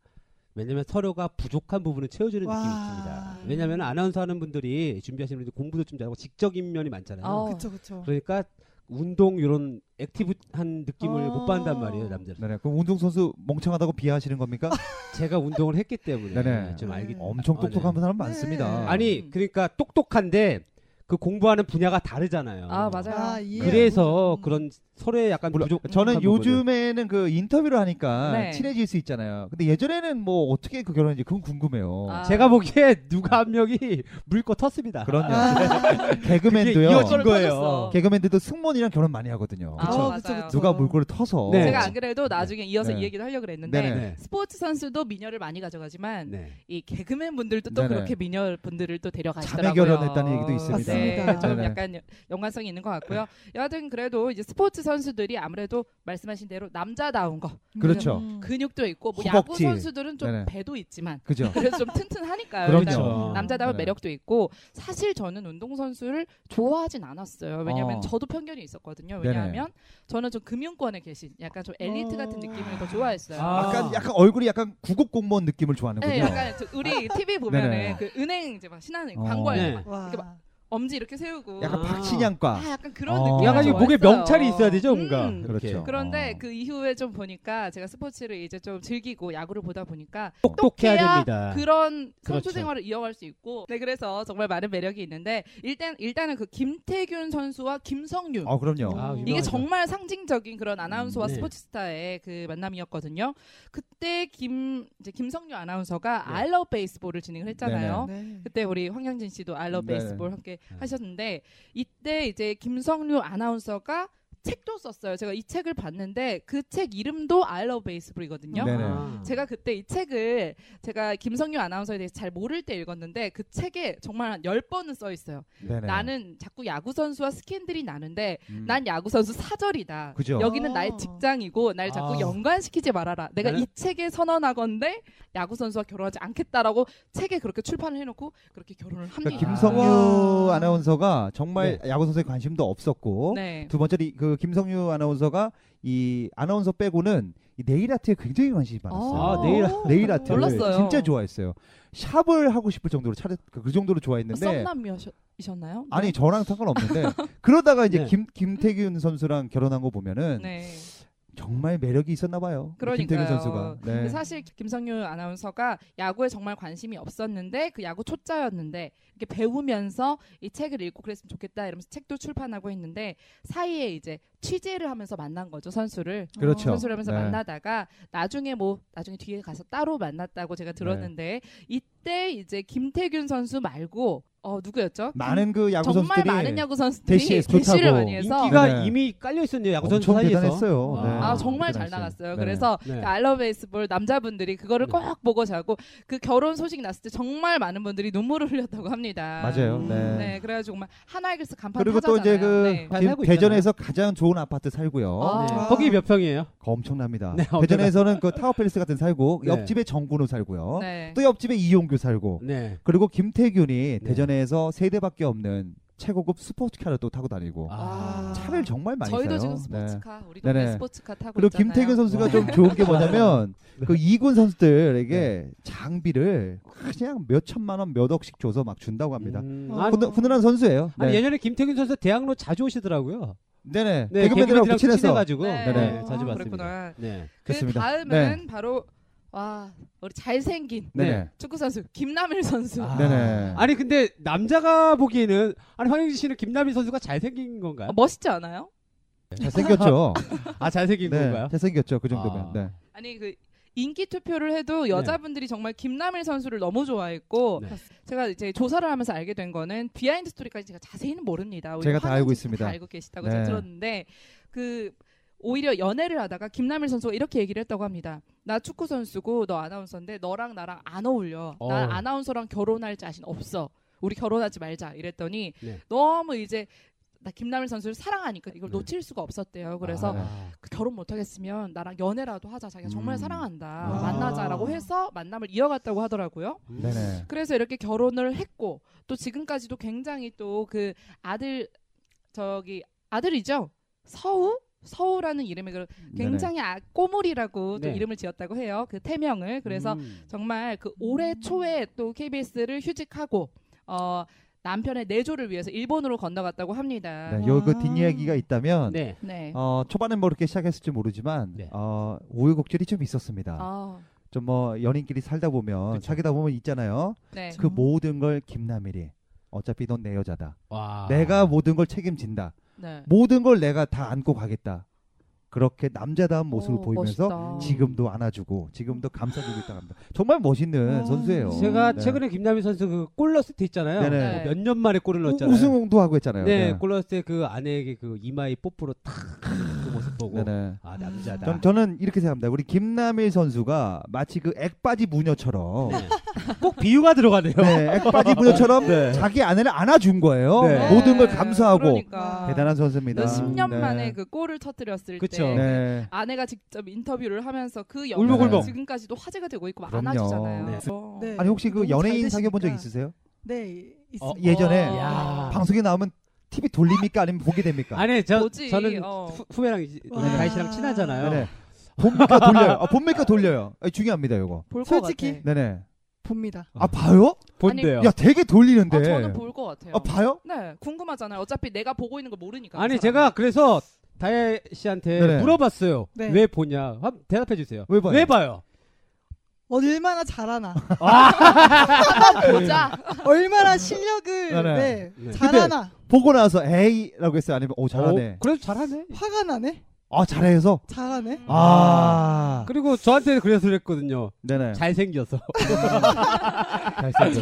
왜냐면 서로가 부족한 부분을 채워주는
와.
느낌이 있습니다. 왜냐면 아나운서 하는 분들이 준비하시는 분들이 공부도 좀 잘하고 지적인 면이 많잖아요.
어.
그쵸 그쵸.
그러니까 운동 이런 액티브한 느낌을
아.
못 받는단 말이에요 남들. 은
네네. 그럼 운동선수 멍청하다고 비하하시는 겁니까?
제가 운동을 했기 때문에
네네.
좀 알기.
네.
엄청
아,
똑똑한
네.
사람
네.
많습니다.
아니 그러니까 똑똑한데 그 공부하는 분야가 다르잖아요.
아 맞아요.
아, 이해.
그래서
음.
그런 서로의 약간
몰라.
부족.
저는
음, 부족한 부분을.
요즘에는 그 인터뷰를 하니까
네.
친해질 수 있잖아요. 근데 예전에는 뭐 어떻게 그 결혼인지 그건 궁금해요.
아.
제가 보기에 누가 한 명이 물고 텄습니다.
그럼요.
아,
개그맨도요.
그게 이어질
이걸
거예요.
터졌어.
개그맨들도 승무원이랑 결혼 많이 하거든요.
아,
그쵸.
맞아요.
그쵸, 그쵸.
누가 물고를 터서.
네.
제가 안 그래도 나중에 이어서
네.
이 얘기도 하려고 그랬는데
네네.
네.
스포츠 선수도 미녀를 많이 가져가지만
네.
이 개그맨 분들도 또
네네.
그렇게 미녀 분들을 또
자매
데려가시더라고요.
결혼했다는 얘기도 있습니다.
네, 좀
네네.
약간 여- 연관성이 있는 것 같고요. 여하튼 그래도 이제 스포츠 선수들이 아무래도 말씀하신 대로 남자다운 거
그렇죠.
음.
근육도 있고 뭐 야구
허벅지.
선수들은 좀
네네.
배도 있지만
그죠?
그래서 좀 튼튼하니까요.
그럼요.
일단은
그렇죠.
남자다운
네.
매력도 있고 사실 저는 운동 선수를 좋아하진 않았어요. 왜냐하면
어.
저도 편견이 있었거든요.
네네.
왜냐하면 저는 좀 금융권에 계신 약간 좀 엘리트
어.
같은 느낌을 더 좋아했어요.
아.
약간 약간 얼굴이 약간 구급 공무원 느낌을 좋아하는군요.
네, 약간 저- 우리 TV 보면은
네네.
그 은행 이제 막 신한은행
어.
광고할 때
네.
막
와.
이렇게 막 엄지 이렇게 세우고
약간
아.
박신양과.
아, 약간 그런
어.
느낌.
약간 이
좋아했어요.
목에 명찰이 있어야 되죠, 뭔가.
음.
이렇게.
그렇죠.
그런데
어.
그 이후에 좀 보니까 제가 스포츠를 이제 좀 즐기고 야구를 보다 보니까
똑똑해야
해야
됩니다.
그런 선수
그렇죠.
생활을 이어갈 수 있고 네 그래서 정말 많은 매력이 있는데 일단 일단은 그 김태균 선수와 김성윤
어, 그럼요.
아,
이게
유명하죠.
정말 상징적인 그런 아나운서와
네.
스포츠스타의 그 만남이었거든요. 그때 김 이제 김성유 아나운서가
네.
I Love Baseball을 진행을 했잖아요.
네.
그때 우리 황영진 씨도 I Love
네네.
Baseball
네.
함께 하셨는데 이때 이제 김성류 아나운서가 책도 썼어요. 제가 이 책을 봤는데 그 책 이름도 I Love Baseball이거든요.
네네.
아.
제가 그때 이 책을 제가 김성류 아나운서에 대해서 잘 모를 때 읽었는데 그 책에 정말 한 10번은 써 있어요.
네네.
나는 자꾸 야구 선수와 스캔들이 나는데
음.
난 야구 선수 사절이다.
그죠.
여기는
아.
나의 직장이고 날 자꾸
아.
연관시키지 말아라. 내가
나는-
이 책에 선언하건데 야구 선수와 결혼하지 않겠다라고 책에 그렇게 출판을 해놓고 그렇게 결혼을 합니다.
그러니까 김성유
와.
아나운서가 정말
네.
야구 선수에 관심도 없었고
네.
두 번째 이- 그 김성유 아나운서가 이 아나운서 빼고는 이 네일 아트에 굉장히 관심이 많았어요.
아, 네일
네일 아트
몰랐어요.
진짜 좋아했어요. 샵을 하고 싶을 정도로 차례 그, 그 정도로 좋아했는데
썸남이셨나요? 네.
아니 저랑 상관없는데 그러다가 이제
네.
김 김태균 선수랑 결혼한 거 보면은
네.
정말 매력이 있었나 봐요.
그러니까요.
김태균 선수가. 네.
근데 사실 김성윤 아나운서가 야구에 정말 관심이 없었는데 그 야구 초짜였는데 이렇게 배우면서 이 책을 읽고 그랬으면 좋겠다 이러면서 책도 출판하고 했는데 사이에 이제 취재를 하면서 만난 거죠 선수를
그렇죠.
선수를 하면서
네.
만나다가 나중에 뭐 나중에 뒤에 가서 따로 만났다고
네.
제가 들었는데 이때 이제 김태균 선수 말고 어 누구였죠?
많은 그 야구
정말
선수들이
많은 야구 선수들이
대시에
대시를
좋다고
많이 해서
인기가
네.
이미 깔려 있었네요. 야구선
엄청
사이에서.
대단했어요.
아,
네.
아
네.
대단했어요.
정말 잘 나갔어요.
네.
그래서
네.
그 알러베이스볼 남자분들이 그거를
네.
꼭 보고 자고 그 결혼 소식 났을 때 정말 많은 분들이 눈물을 흘렸다고 합니다.
맞아요.
음.
네.
네, 그래가지고 정말 하나이글스 간판
그리고 또
타자잖아요.
이제 그
네.
잘
지금
살고 있잖아요.
대전에서 가장 좋은 아파트 살고요.
아.
네. 거기 몇 평이에요?
거 엄청납니다.
네, 엄청나-
대전에서는 그 타워팰리스 같은 데 살고
네.
옆집에 정근호 살고요.
네.
또 옆집에 이용규 살고
네.
그리고 김태균이
네.
대전에서 세 대밖에 없는 최고급 스포츠카를 또 타고 다니고
아.
차를 정말 많이
저희도
타요.
지금
네.
스포츠카 우리 동네
네네.
스포츠카 타고
그리고
있잖아요.
김태균 선수가
와.
좀 좋은 게 뭐냐면
어. 네.
그 2군 선수들에게 장비를 그냥 몇 천만 원 몇 억씩 줘서 막 준다고 합니다.
음,
아,
아니,
훈, 훈훈한 선수예요.
아니,
네.
예전에 김태균 선수 대학로 자주 오시더라고요.
네네.
네,
개그맨들하고
개그맨들하고
친해서
친해가지고
네.
네.
네네.
자주 봤습니다.
그랬구나.
그렇습니다.
그 다음은
네.
바로 와 우리 잘생긴
네네.
축구 선수 김남일 선수.
아.
네네.
아니 근데 남자가 보기에는 아니 황영진 씨는 김남일 선수가 잘생긴 건가요?
아, 멋있지 않아요?
잘생겼죠.
아 잘생긴
네.
건가요?
잘생겼죠. 그 정도면.
아.
네.
아니 그 인기 투표를 해도 여자분들이 정말 김남일 선수를 너무 좋아했고
네.
제가 이제 조사를 하면서 알게 된 거는 비하인드 스토리까지 제가 자세히는 모릅니다. 오히려
제가 다
황영진
알고
씨도
있습니다.
다 알고 계시다고
네.
제가 들었는데 그 오히려 연애를 하다가 김남일 선수가 이렇게 얘기를 했다고 합니다. 나 축구 선수고 너 아나운서인데 너랑 나랑 안 어울려.
어.
난 아나운서랑 결혼할 자신 없어. 우리 결혼하지 말자 이랬더니
네.
너무 이제 나 김남일 선수를 사랑하니까 이걸
네.
놓칠 수가 없었대요. 그래서
네.
아,
그 결혼 못하겠으면 나랑 연애라도 하자. 자기가 정말
음.
사랑한다.
아.
만나자라고 해서 만남을 이어갔다고 하더라고요.
음.
네네.
그래서 이렇게 결혼을 했고 또 지금까지도 굉장히 또 그 아들 저기 아들이죠 서우 서우라는 이름의 그 굉장히 아, 꼬물이라고 또
네.
이름을 지었다고 해요. 그 태명을 그래서
음.
정말 그 올해 초에 또 KBS를 휴직하고 어 남편의 내조를 위해서 일본으로 건너갔다고 합니다.
네. 요그 뒷이야기가 있다면
아. 네.
네.
어, 초반엔 뭐 이렇게 시작했을지 모르지만
네.
어, 우유곡절이 좀 있었습니다.
아,
좀 뭐 연인끼리 살다 보면
그쵸.
사귀다 보면 있잖아요.
네.
그 모든 걸 김남일이 어차피 넌 내 여자다.
와.
내가 모든 걸 책임진다.
네.
모든 걸 내가 다 안고 가겠다. 그렇게 남자다운 모습을
오,
보이면서
멋있다.
지금도 안아주고 지금도 감싸주고 있다 합니다. 정말 멋있는
아,
선수예요.
제가
네.
최근에 김남일 선수 그 골러스트 있잖아요.
네네.
네.
몇 년 만에 골을
우-
넣었잖아요.
우승도 하고 했잖아요.
네, 골러스트 그 아내에게 그 이마에 뽀뽀로 탁그 모습 보고
네네.
아 남자다.
전, 저는 이렇게 생각합니다. 우리 김남일 선수가 마치 그 액바지 무녀처럼
네. 꼭 비유가 들어가네요.
네, 액바지 무녀처럼 자기 아내를 안아준 거예요.
네.
모든 걸
네,
감사하고
그러니까.
대단한 선수입니다.
그 10년
네.
만에 그 골을 터뜨렸을
그쵸.
때
네.
아내가 직접 인터뷰를 하면서 그
울먹울먹.
영상 지금까지도 화제가 되고 있고 막
그럼요.
안아주잖아요.
네.
어.
네.
아니 혹시 그
너무 잘
연예인 사귀어본 적
되시니까.
있으세요?
네, 있습니다.
어,
예전에
어.
야.
방송에 나오면 TV 돌립니까 아니면 보게 됩니까?
아니 저
뭐지?
저는
어.
후, 후배랑 이제
와.
다희 씨랑 친하잖아요.
네네. 봄메카 돌려요. 아, 봄메카 돌려요. 아, 중요합니다 이거.
볼것
솔직히.
같아.
네네.
봅니다.
아 봐요?
본대요.
야 되게 돌리는데.
아, 저는 볼 것
네.
같아요.
아, 봐요?
네, 궁금하잖아요. 어차피 내가 보고 있는 걸 모르니까.
아니
그 사람은.
제가 그래서 다혜 씨한테
네네.
물어봤어요.
네.
왜 보냐? 한번 대답해 주세요.
왜 봐요?
왜 봐요?
얼마나 잘하나,
그
보자.
얼마나 실력을
아. 네네.
네,
네.
잘하나
보고 나서 에이라고 했어요. 아니면 오
어,
잘하네.
그래도 잘하네.
화가 나네,
아 잘해서.
잘하네.
아.
그리고 저한테 그래서 그랬거든요.
네네.
잘생겼어.
잘생겼어.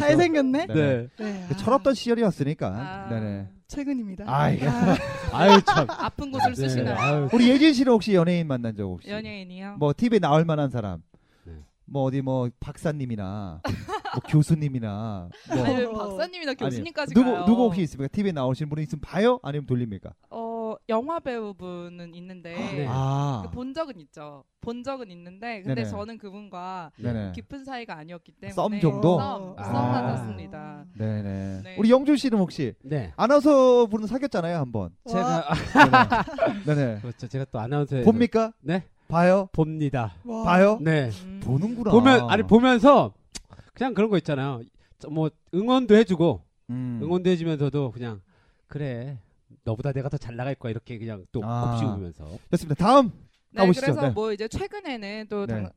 잘생겼네.
네.
네.
네,
그
아,
철없던 시절이었으니까.
아,
네네.
최근입니다.
아이.
아,
아유 참.
아픈 곳을
네.
쓰시나요?
아유,
우리 예진 씨는 혹시 연예인 만난 적 없이?
연예인이요.
뭐 TV에 나올 만한 사람.
네.
뭐 어디 뭐 박사님이나 뭐 교수님이나 뭐
아니, 왜
어.
박사님이나
아니,
교수님까지
누구
가요.
누구 혹시 있습니까? TV에 나오신 분이 있으면 봐요? 아니면 돌립니까?
어, 영화 배우분은 있는데
네.
아.
그본 적은 있죠. 본 적은 있는데 근데
네네.
저는 그분과
네네.
깊은 사이가 아니었기 때문에
썸 정도?
썸,
아.
썸 맞았습니다.
네네.
네.
우리 영준 씨는 혹시
네.
아나운서 분은 사귀었잖아요 한번.
제가 아,
네네.
그렇죠. 제가 또 아나운서에
봅니까?
네.
봐요?
봅니다.
와.
봐요?
네.
음.
보는구나.
보면 아니 보면서 그냥 그런 거 있잖아요. 저뭐 응원도 해주고
음.
응원도 해주면서도 그냥 그래 너보다 내가 더 잘 나갈 거야 이렇게 그냥 또
아.
곱씹으면서
좋습니다. 다음.
네,
가보시죠.
그래서
네.
뭐 이제 최근에는 또
네.
당-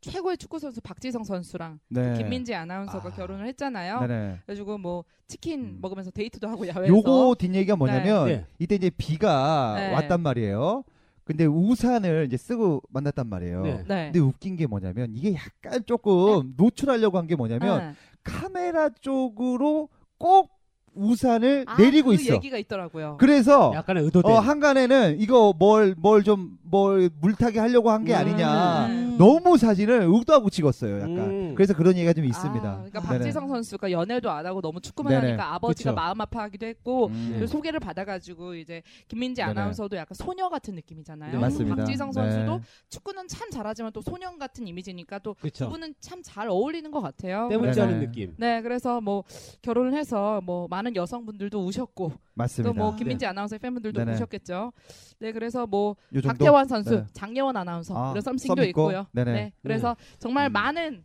최고의 축구 선수 박지성 선수랑
네.
김민지 아나운서가
아.
결혼을 했잖아요.
네네.
그래가지고 뭐 치킨
음.
먹으면서 데이트도 하고 야외에서
요거 뒷얘기가 뭐냐면
네. 네.
이때 이제 비가
네.
왔단 말이에요. 근데 우산을 이제 쓰고 만났단 말이에요.
네.
네.
근데 웃긴 게 뭐냐면 이게 약간 조금 노출하려고 한 게 뭐냐면
네.
카메라 쪽으로 꼭 우산을
아,
내리고
그
있어.
얘기가 있더라고요.
그래서
약간의 의도된
어, 한간에는 이거 뭘 뭘 좀 뭘 물타기 하려고 한 게
음.
아니냐.
음.
너무 사진을 의도하고 찍었어요. 약간.
음.
그래서 그런 얘기가 좀
아,
있습니다.
그러니까
네네.
박지성 선수가 연애도 안 하고 너무 축구만
네네.
하니까 아버지가
그쵸.
마음 아파하기도 했고
음.
그리고 소개를 받아가지고 이제 김민지
네네.
아나운서도 약간 소녀 같은 느낌이잖아요.
네,
맞습니다.
박지성 선수도
네.
축구는 참 잘하지만 또 소년 같은 이미지니까 또
그렇죠.
부분은 참 잘 어울리는 것 같아요.
때문에
네네.
하는 느낌.
네, 그래서 뭐 결혼을 해서 뭐 많은 여성분들도 우셨고
맞습니다.
또 뭐 김민지 아나운서의 팬분들도
네네.
우셨겠죠. 네, 그래서 뭐
요 정도?
박태환 선수,
네.
장예원 아나운서
아,
이런 썸씽도
썸 있고.
있고요.
네네.
네, 그래서 정말
음.
많은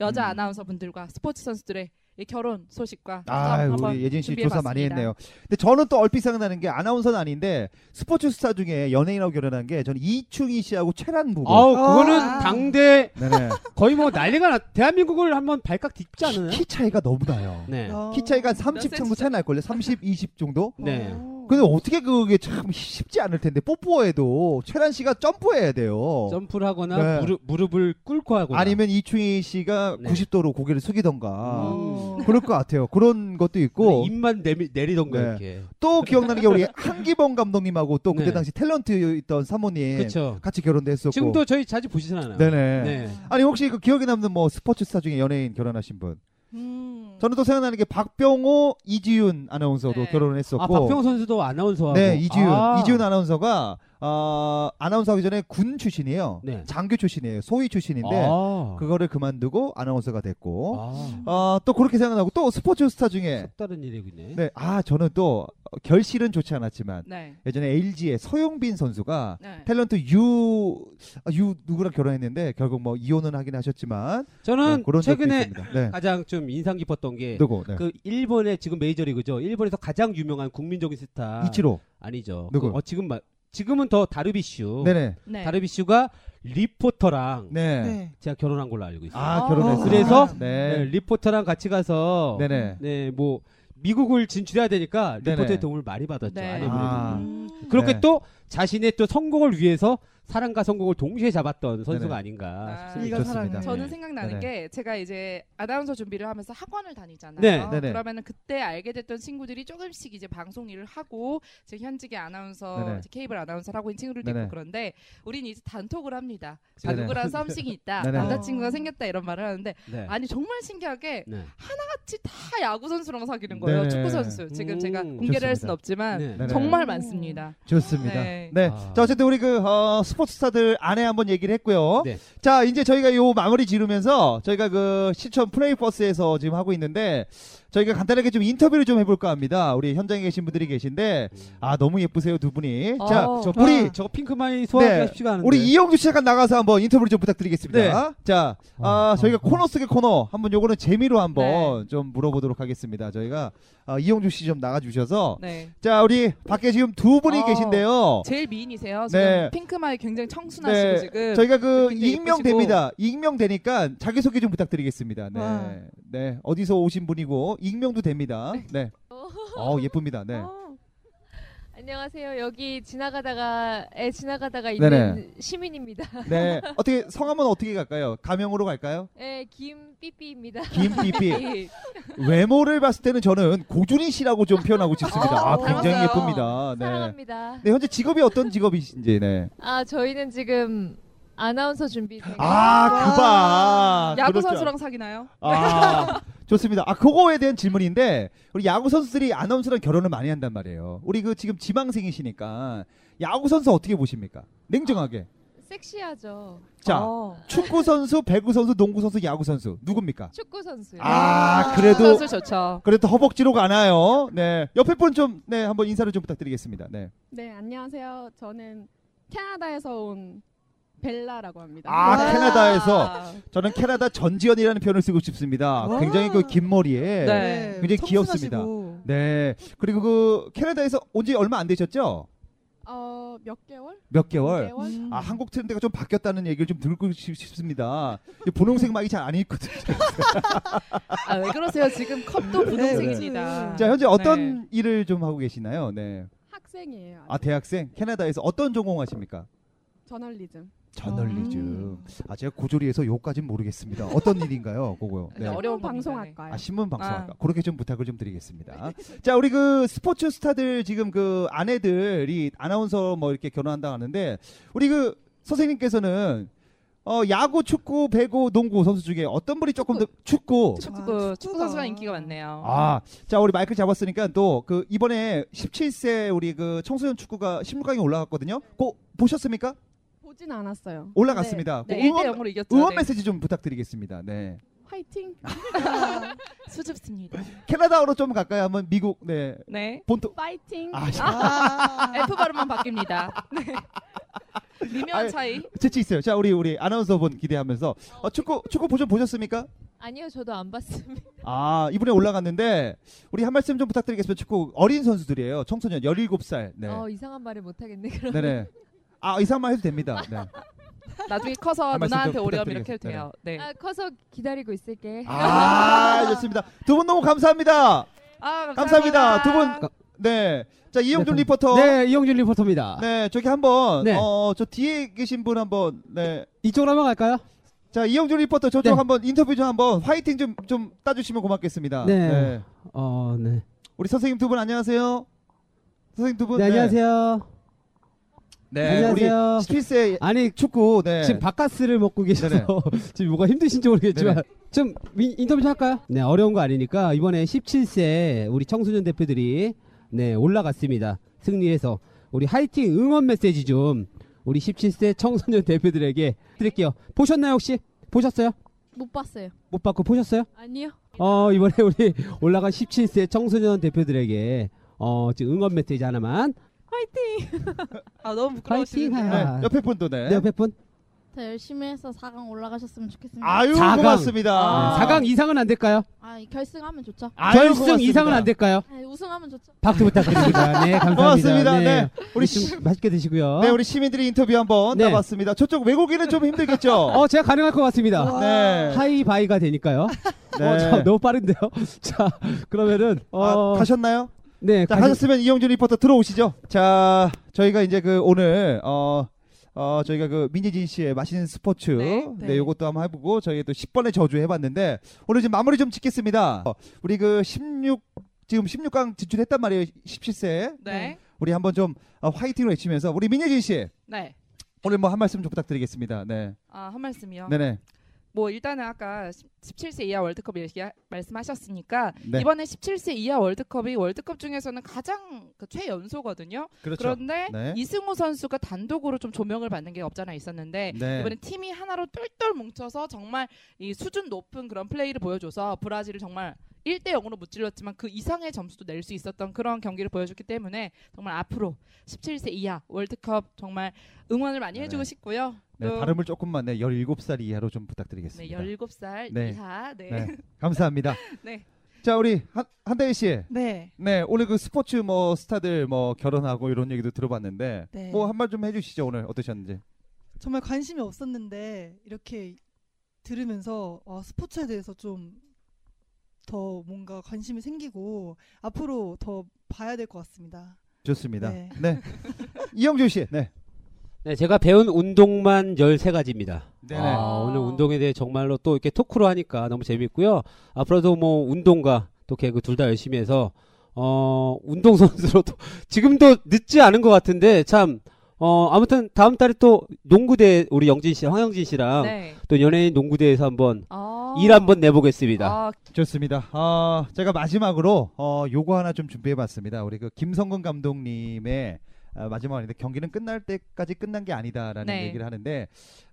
여자
음.
아나운서분들과 스포츠 선수들의 이 결혼 소식과
아,
좀 한번
우리 예진 씨 조사 많이
준비해봤습니다.
했네요. 근데 저는 또 얼핏 생각나는 게 아나운서는 아닌데 스포츠 스타 중에 연예인하고 결혼한 게 저는 이충희 씨하고 최란 부부.
아우 그거는
아.
당대
네네.
거의 뭐 난리가 나. 대한민국을 한번 발칵 딛지 않으나요?
키 차이가 너무 나요.
네.
어.
키
어.
차이가 한 30 정도
센치죠?
차이 날 걸요. 30, 20 정도.
네.
근데 어떻게 그게 참 쉽지 않을 텐데 뽀뽀해도 최란 씨가 점프해야 돼요.
점프를 하거나
어. 네.
무릎, 무릎을 꿇고 하거나
아니면 이충희 씨가
네.
90도로 고개를 숙이던가
음.
그럴 것 같아요. 그런 것도 있고
입만 내미, 내리던가
네.
이렇게.
또 기억나는 게 우리 한기범 감독님하고 또 그때
네.
당시 탤런트 있던 사모님
그렇죠.
같이 결혼도 했었고
지금도 저희 자주 보시진 않아요.
예. 네네.
네.
아니 혹시 그 기억에 남는 뭐 스포츠 스타 중에 연예인 결혼하신 분?
음.
저는 또 생각나는 게 박병호, 이지윤 아나운서도
네.
결혼했었고
아 박병호 선수도 아나운서하고.
네, 이지윤.
아.
이지윤 아나운서가 어, 아나운서 하기 전에 군 출신이에요.
네.
장교 출신이에요. 소위 출신인데
아.
그거를 그만두고 아나운서가 됐고
아.
어, 또 그렇게 생각나고 또 스포츠 스타 중에
색다른 일이군요.
네, 아 저는 또 어, 결실은 좋지 않았지만
네.
예전에 LG의 서용빈 선수가
네.
탤런트 유, 아, 유 누구랑 결혼했는데 결국 뭐 이혼은 하긴 하셨지만 네,
저는
그런 적도
아, 최근에
있습니다. 네.
가장 좀 인상 깊었던 게 그
누구? 네.
일본의 지금 메이저리그죠. 일본에서 가장 유명한 국민적인 스타
이치로.
아니죠.
누구?
그, 어, 지금 말 지금은 더 다르비슈.
네네.
네.
다르비슈가 리포터랑
네.
네.
제가 결혼한 걸로 알고 있어요.
아
아,
결혼했어.
그래서? 네,
네.
리포터랑 같이 가서
네네.
네, 뭐 미국을 진출해야 되니까
네네.
리포터의 도움을 많이 받았죠.
네.
아내분의
아.
도움을.
음.
그렇게
네.
또 자신의 또 성공을 위해서 사랑과 성공을 동시에 잡았던 선수가
네네.
아닌가
아,
싶습니다.
이가 살아있네.
좋습니다.
저는
네.
생각나는
네네.
게 제가 이제 아나운서 준비를 하면서 학원을 다니잖아요.
네,
네네.
그러면은 그때 알게 됐던 친구들이 조금씩 이제 방송 일을 하고 지금 현직의 아나운서
네네.
이제 케이블 아나운서를 하고 있는 친구들도
네네.
있고 그런데 우린 이제 단톡을 합니다.
네네.
누구랑 썸씽이 있다,
네네.
남자친구가 생겼다 이런 말을 하는데
네.
아니 정말 신기하게
네.
같이 다 야구 선수랑 사귀는 거예요.
네네.
축구 선수. 지금
음.
제가 공개를 할
좋습니다.
수는 없지만
네.
네네.
아, 정말
오.
많습니다.
좋습니다. 네.
네.
아.
자, 어쨌든 우리 그, 어, 스포츠 스타들 안에 한번 얘기를 했고요.
네.
자, 이제 저희가 요 마무리 지르면서 저희가 그 시청 플레이 버스에서 지금 하고 있는데 저희가 간단하게 좀 인터뷰를 좀 해볼까 합니다. 우리 현장에 계신 분들이 계신데 아, 너무 예쁘세요, 두 분이. 자,
어.
저
우리-
우리 저거 핑크만이 소화하기가
아. 네.
쉽지가 않은데.
우리 이영주 씨 잠깐 나가서 한번 인터뷰를 좀 부탁드리겠습니다. 자, 아,
아,
저희가
아.
코너 속의 코너 한번 요거는 재미로 한번 좀 물어보도록 하겠습니다. 저희가 아, 이영주 씨 좀 나가주셔서
네.
자 우리 밖에 지금 두 분이
어.
계신데요.
제일 미인이세요. 지금
네.
핑크마이 굉장히 청순하시고
네,
지금
저희가 그
굉장히
익명됩니다. 익명되니까 자기 소개 좀 부탁드리겠습니다. 네,
와.
네 어디서 오신 분이고 익명도 됩니다. 네, 어 예쁩니다. 네,
어. 안녕하세요. 여기 지나가다가 에 지나가다가 있는
네네.
시민입니다.
네 어떻게 성함은 어떻게 갈까요? 가명으로 갈까요?
에 김삐삐입니다. 예,
김삐삐
이-
외모를 봤을 때는 저는 고준희 씨라고 좀 표현하고 싶습니다. 아
어,
굉장히
닮았어요.
예쁩니다. 네.
사랑합니다.
네 현재 직업이 어떤 직업이신지 네.
아 저희는 지금 아나운서 준비 중입니다.
아, 그바.
야구
그럴 줄
선수랑 사귀나요?
아, 좋습니다. 아, 그거에 대한 질문인데, 우리 야구선수들이 아나운서랑 결혼을 많이 한단 말이에요. 우리 그 지금 지망생이시니까, 야구선수 어떻게 보십니까? 냉정하게.
섹시하죠.
자,
어.
축구선수, 배구선수, 농구선수, 야구선수. 누굽니까?
축구 선수요.
아, 그래도,
선수 좋죠.
그래도 허벅지로 가나요? 네. 옆에 분 좀, 네, 한번 인사를 좀 부탁드리겠습니다. 네.
네, 안녕하세요. 저는 캐나다에서 온 벨라라고 합니다.
아,
와.
캐나다에서. 저는 캐나다 전지현이라는 표현을 쓰고 싶습니다.
와.
굉장히 그 긴 머리에.
네.
굉장히 귀엽습니다.
청순하시고.
네. 그리고 그, 캐나다에서 온 지 얼마 안 되셨죠?
어, 몇 개월?
몇
몇
개월?
네.
개월?
아 한국 트렌드가 좀 바뀌었다는 얘기를 좀 들고 싶- 싶습니다. 이 분홍색 막이 잘 안 입거든요.
아, 왜 그러세요? 지금 컵도 분홍색입니다.
네, 자 현재
네.
어떤 일을 좀 하고 계시나요? 네.
학생이에요.
아 대학생 캐나다에서 어떤 전공하십니까?
저널리즘.
저널리즘. 아 제가 고조리에서 요까진 모르겠습니다. 어떤 일인가요? 그거요. 네.
어려운
신문
겁니다,
방송학과요.
아 신문 방송학과
아. 네.
그렇게 좀 부탁을 좀 드리겠습니다. 자 우리 그 스포츠 스타들 지금 그 아내들이 아나운서 뭐 이렇게 결혼한다 하는데 우리 그 선생님께서는 어 야구, 축구, 배구, 농구 선수 중에 어떤 분이 조금 더 축구
축구
아,
축구
축구가.
선수가 인기가 많네요.
아, 자 우리 마이크 잡았으니까 또 그 이번에 17세 우리 그 청소년 축구가 16강에 올라갔거든요. 꼭 보셨습니까?
보진 않았어요.
올라갔습니다.
네,
그
1대
응원
0으로 이겼죠.
응원
네.
메시지 좀 부탁드리겠습니다. 네.
네, 화이팅.
수줍습니다.
캐나다로 좀 가까이 하면 미국 네
네.
본토
파이팅.
아 자,
아.
F 발음만 바뀝니다. 네. 미묘한
아니,
차이.
재치 있어요. 자 우리 우리 아나운서분 기대하면서 어, 축구 축구 보셨 보셨습니까?
아니요, 저도 안 봤습니다.
아, 이분에 올라갔는데 우리 한 말씀 좀 부탁드리겠습니다. 축구 어린 선수들이에요. 청소년 17살. 네.
어, 이상한 말을 못 하겠네. 그럼
네네. 아, 이상만 해도 됩니다. 네.
나중에 커서
한 말씀
누나한테
좀
오려면 이렇게
부탁드리겠습니다.
해도 돼요. 네.
아, 커서 기다리고 있을게.
아, 좋습니다. 두 분 너무 감사합니다.
아,
감사합니다. 두 분. 네. 자, 이영준
네,
리포터.
네, 이영준 리포터입니다.
네, 저기 한번
네.
어, 저 뒤에 계신 분 한번 네.
이쪽으로 한번 갈까요?
자, 이영준 리포터 저쪽
네.
한번 인터뷰 좀 한번 화이팅 좀 좀 따주시면 고맙겠습니다.
네. 어, 네.
우리 선생님 두 분 안녕하세요. 선생님 두 분.
네, 안녕하세요.
네,
안녕하세요.
우리 스피스의
아니,
축구. 네.
지금 바카스를 먹고 계셔서
네네.
지금 뭐가 힘드신지 모르겠지만 좀 인- 인터뷰 좀 할까요? 네, 어려운 거 아니니까 이번에 17세 우리 청소년 대표들이 네, 올라갔습니다. 승리해서 우리 화이팅 응원 메시지 좀 우리 17세 청소년 대표들에게 드릴게요. 보셨나요, 혹시? 보셨어요?
못 봤어요.
못 받고 보셨어요?
아니요.
어, 이번에 우리 올라간 17세 청소년 대표들에게 어, 지금 응원 메시지 하나만.
아, 너무
화이팅!
부끄러워지는데.
네, 옆에 분도 네.
네, 옆에 분?
더 열심히 해서 4강 올라가셨으면 좋겠습니다.
아유
사강.
고맙습니다.
네,
아.
사 4강 이상은 안 될까요?
아, 결승하면 좋죠.
아유,
결승
고맙습니다.
이상은 안 될까요?
아, 우승하면 좋죠.
박수 부탁드립니다. 네, 감사합니다.
고맙습니다. 네. 우리
우리
시,
좀 맛있게 드시고요.
네, 우리 시민들이 인터뷰 한번
네.
나봤습니다. 저쪽 외국인은 좀 힘들겠죠.
어, 제가 가능할 것 같습니다.
네.
하이바이가 되니까요. 어, 참, 너무 빠른데요. 자, 그러면은 어,
아, 가셨나요?
네,
자,
가시-
하셨으면 이영준 리포터 들어오시죠. 자, 저희가 이제 그 오늘 어, 어 저희가 그 민예진 씨의 맛있는 스포츠 네,
네, 네.
요것도 한번 해보고 저희 또 10번의 저주 해봤는데 오늘 지금 마무리 좀 짓겠습니다. 어, 우리 그 16 지금 16강 진출했단 말이에요. 17세
네.
우리 한번 좀 어, 화이팅을 외치면서 우리 민예진 씨
네.
오늘 뭐 한 말씀 좀 부탁드리겠습니다. 네,
아, 한 말씀이요.
네네.
뭐 일단은 아까 17세 이하 월드컵 얘기 말씀하셨으니까
네.
이번에 17세 이하 월드컵이 월드컵 중에서는 가장 그 최연소거든요.
그렇죠.
런데
네.
이승우 선수가 단독으로 좀 조명을 받는 게 없잖아 있었는데
네.
이번에 팀이 하나로 똘똘 뭉쳐서 정말 이 수준 높은 그런 플레이를 보여줘서 브라질을 정말 1대 0으로 무찔렀지만 그 이상의 점수도 낼 수 있었던 그런 경기를 보여줬기 때문에 정말 앞으로 17세 이하 월드컵 정말 응원을 많이
네.
해주고 싶고요.
네,
또
발음을 조금만 네, 17살 이하로 좀
네,
부탁드리겠습니다.
17살
네.
이하
네. 감사합니다.
네.
자, 우리 한, 한다혜 씨.
네.
네, 오늘 그 스포츠 뭐 스타들 뭐 결혼하고 이런 얘기도 들어봤는데
네.
뭐 한 말 좀 해주시죠 오늘 어떠셨는지.
정말 관심이 없었는데 이렇게 들으면서 어, 스포츠에 대해서 좀 더 뭔가 관심이 생기고 앞으로 더 봐야 될 것 같습니다.
좋습니다. 네.
네.
이영준 씨. 네.
네, 제가 배운 운동만 13가지입니다.
네네.
아,
아.
오늘 운동에 대해 정말로 또 이렇게 토크로 하니까 너무 재밌고요. 앞으로도 뭐 운동과 또 개그 둘 다 열심히 해서 어, 운동 선수로도 지금도 늦지 않은 것 같은데 참 어, 아무튼 다음 달에 또 농구대 우리 영진 씨, 황영진 씨랑
네.
또 연예인 농구대에서 한번
어.
아.
일 한번 내보겠습니다.
아,
좋습니다. 아, 제가 마지막으로 어, 요거 하나 좀 준비해봤습니다. 우리 그 김성근 감독님의 아, 마지막인데 경기는 끝날 때까지 끝난 게 아니다라는
네.
얘기를 하는데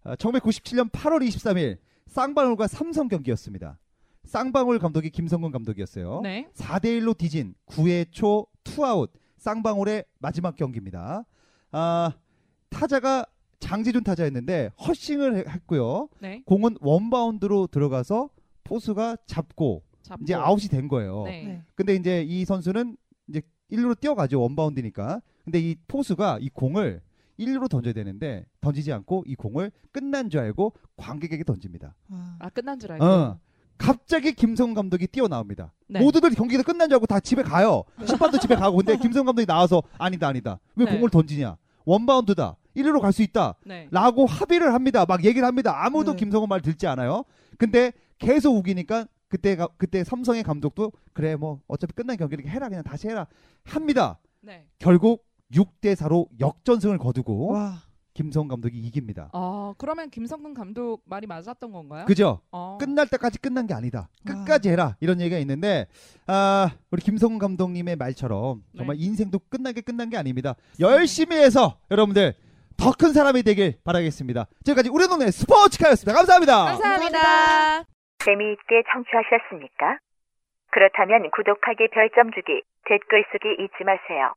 아, 1997년 8월 23일 쌍방울과 삼성 경기였습니다. 쌍방울 감독이 김성근 감독이었어요.
네.
4대 1로 뒤진 9회 초 투아웃 쌍방울의 마지막 경기입니다. 아, 타자가 장재준 타자였는데 허싱을 했- 했고요.
네.
공은 원바운드로 들어가서 포수가 잡고
잡고.
이제 아웃이 된 거예요.
네.
네.
근데 이제 이 선수는 이제 1루로 뛰어가죠. 원바운드니까. 근데 이 포수가 이 공을 1루로 던져야 되는데 던지지 않고 이 공을 끝난 줄 알고 관객에게 던집니다.
와.
아, 끝난 줄 알고.
어. 갑자기 김성 감독이 뛰어나옵니다.
네.
모두들 경기가 끝난 줄 알고 다 집에 가요. 심판도 집에 가고 근데 김성 감독이 나와서 아니다 아니다. 왜
네.
공을 던지냐? 원바운드다. 1루로 갈 수 있다.
네.
라고 합의를 합니다. 막 얘기를 합니다. 아무도
네.
김성훈 말 듣지 않아요. 근데 계속 우기니까 그때 가- 그때 삼성의 감독도 그래 뭐 어차피 끝난 경기를 해라 그냥 다시 해라 합니다.
네.
결국 6대 4로 역전승을 거두고
와.
김성훈 감독이 이깁니다.
아, 그러면 김성근 감독 말이 맞았던 건가요?
그죠?
어.
끝날 때까지 끝난 게 아니다. 끝까지 해라 이런 얘기가 있는데 아, 우리 김성훈 감독님의 말처럼 정말 인생도 끝난 게 끝난 게 아닙니다. 열심히 해서 여러분들 더 큰 사람이 되길 바라겠습니다. 지금까지 우리 동네 스포츠카였습니다. 감사합니다.
감사합니다.
재미있게 청취하셨습니까? 그렇다면 구독하기, 별점 주기, 댓글 쓰기 잊지 마세요.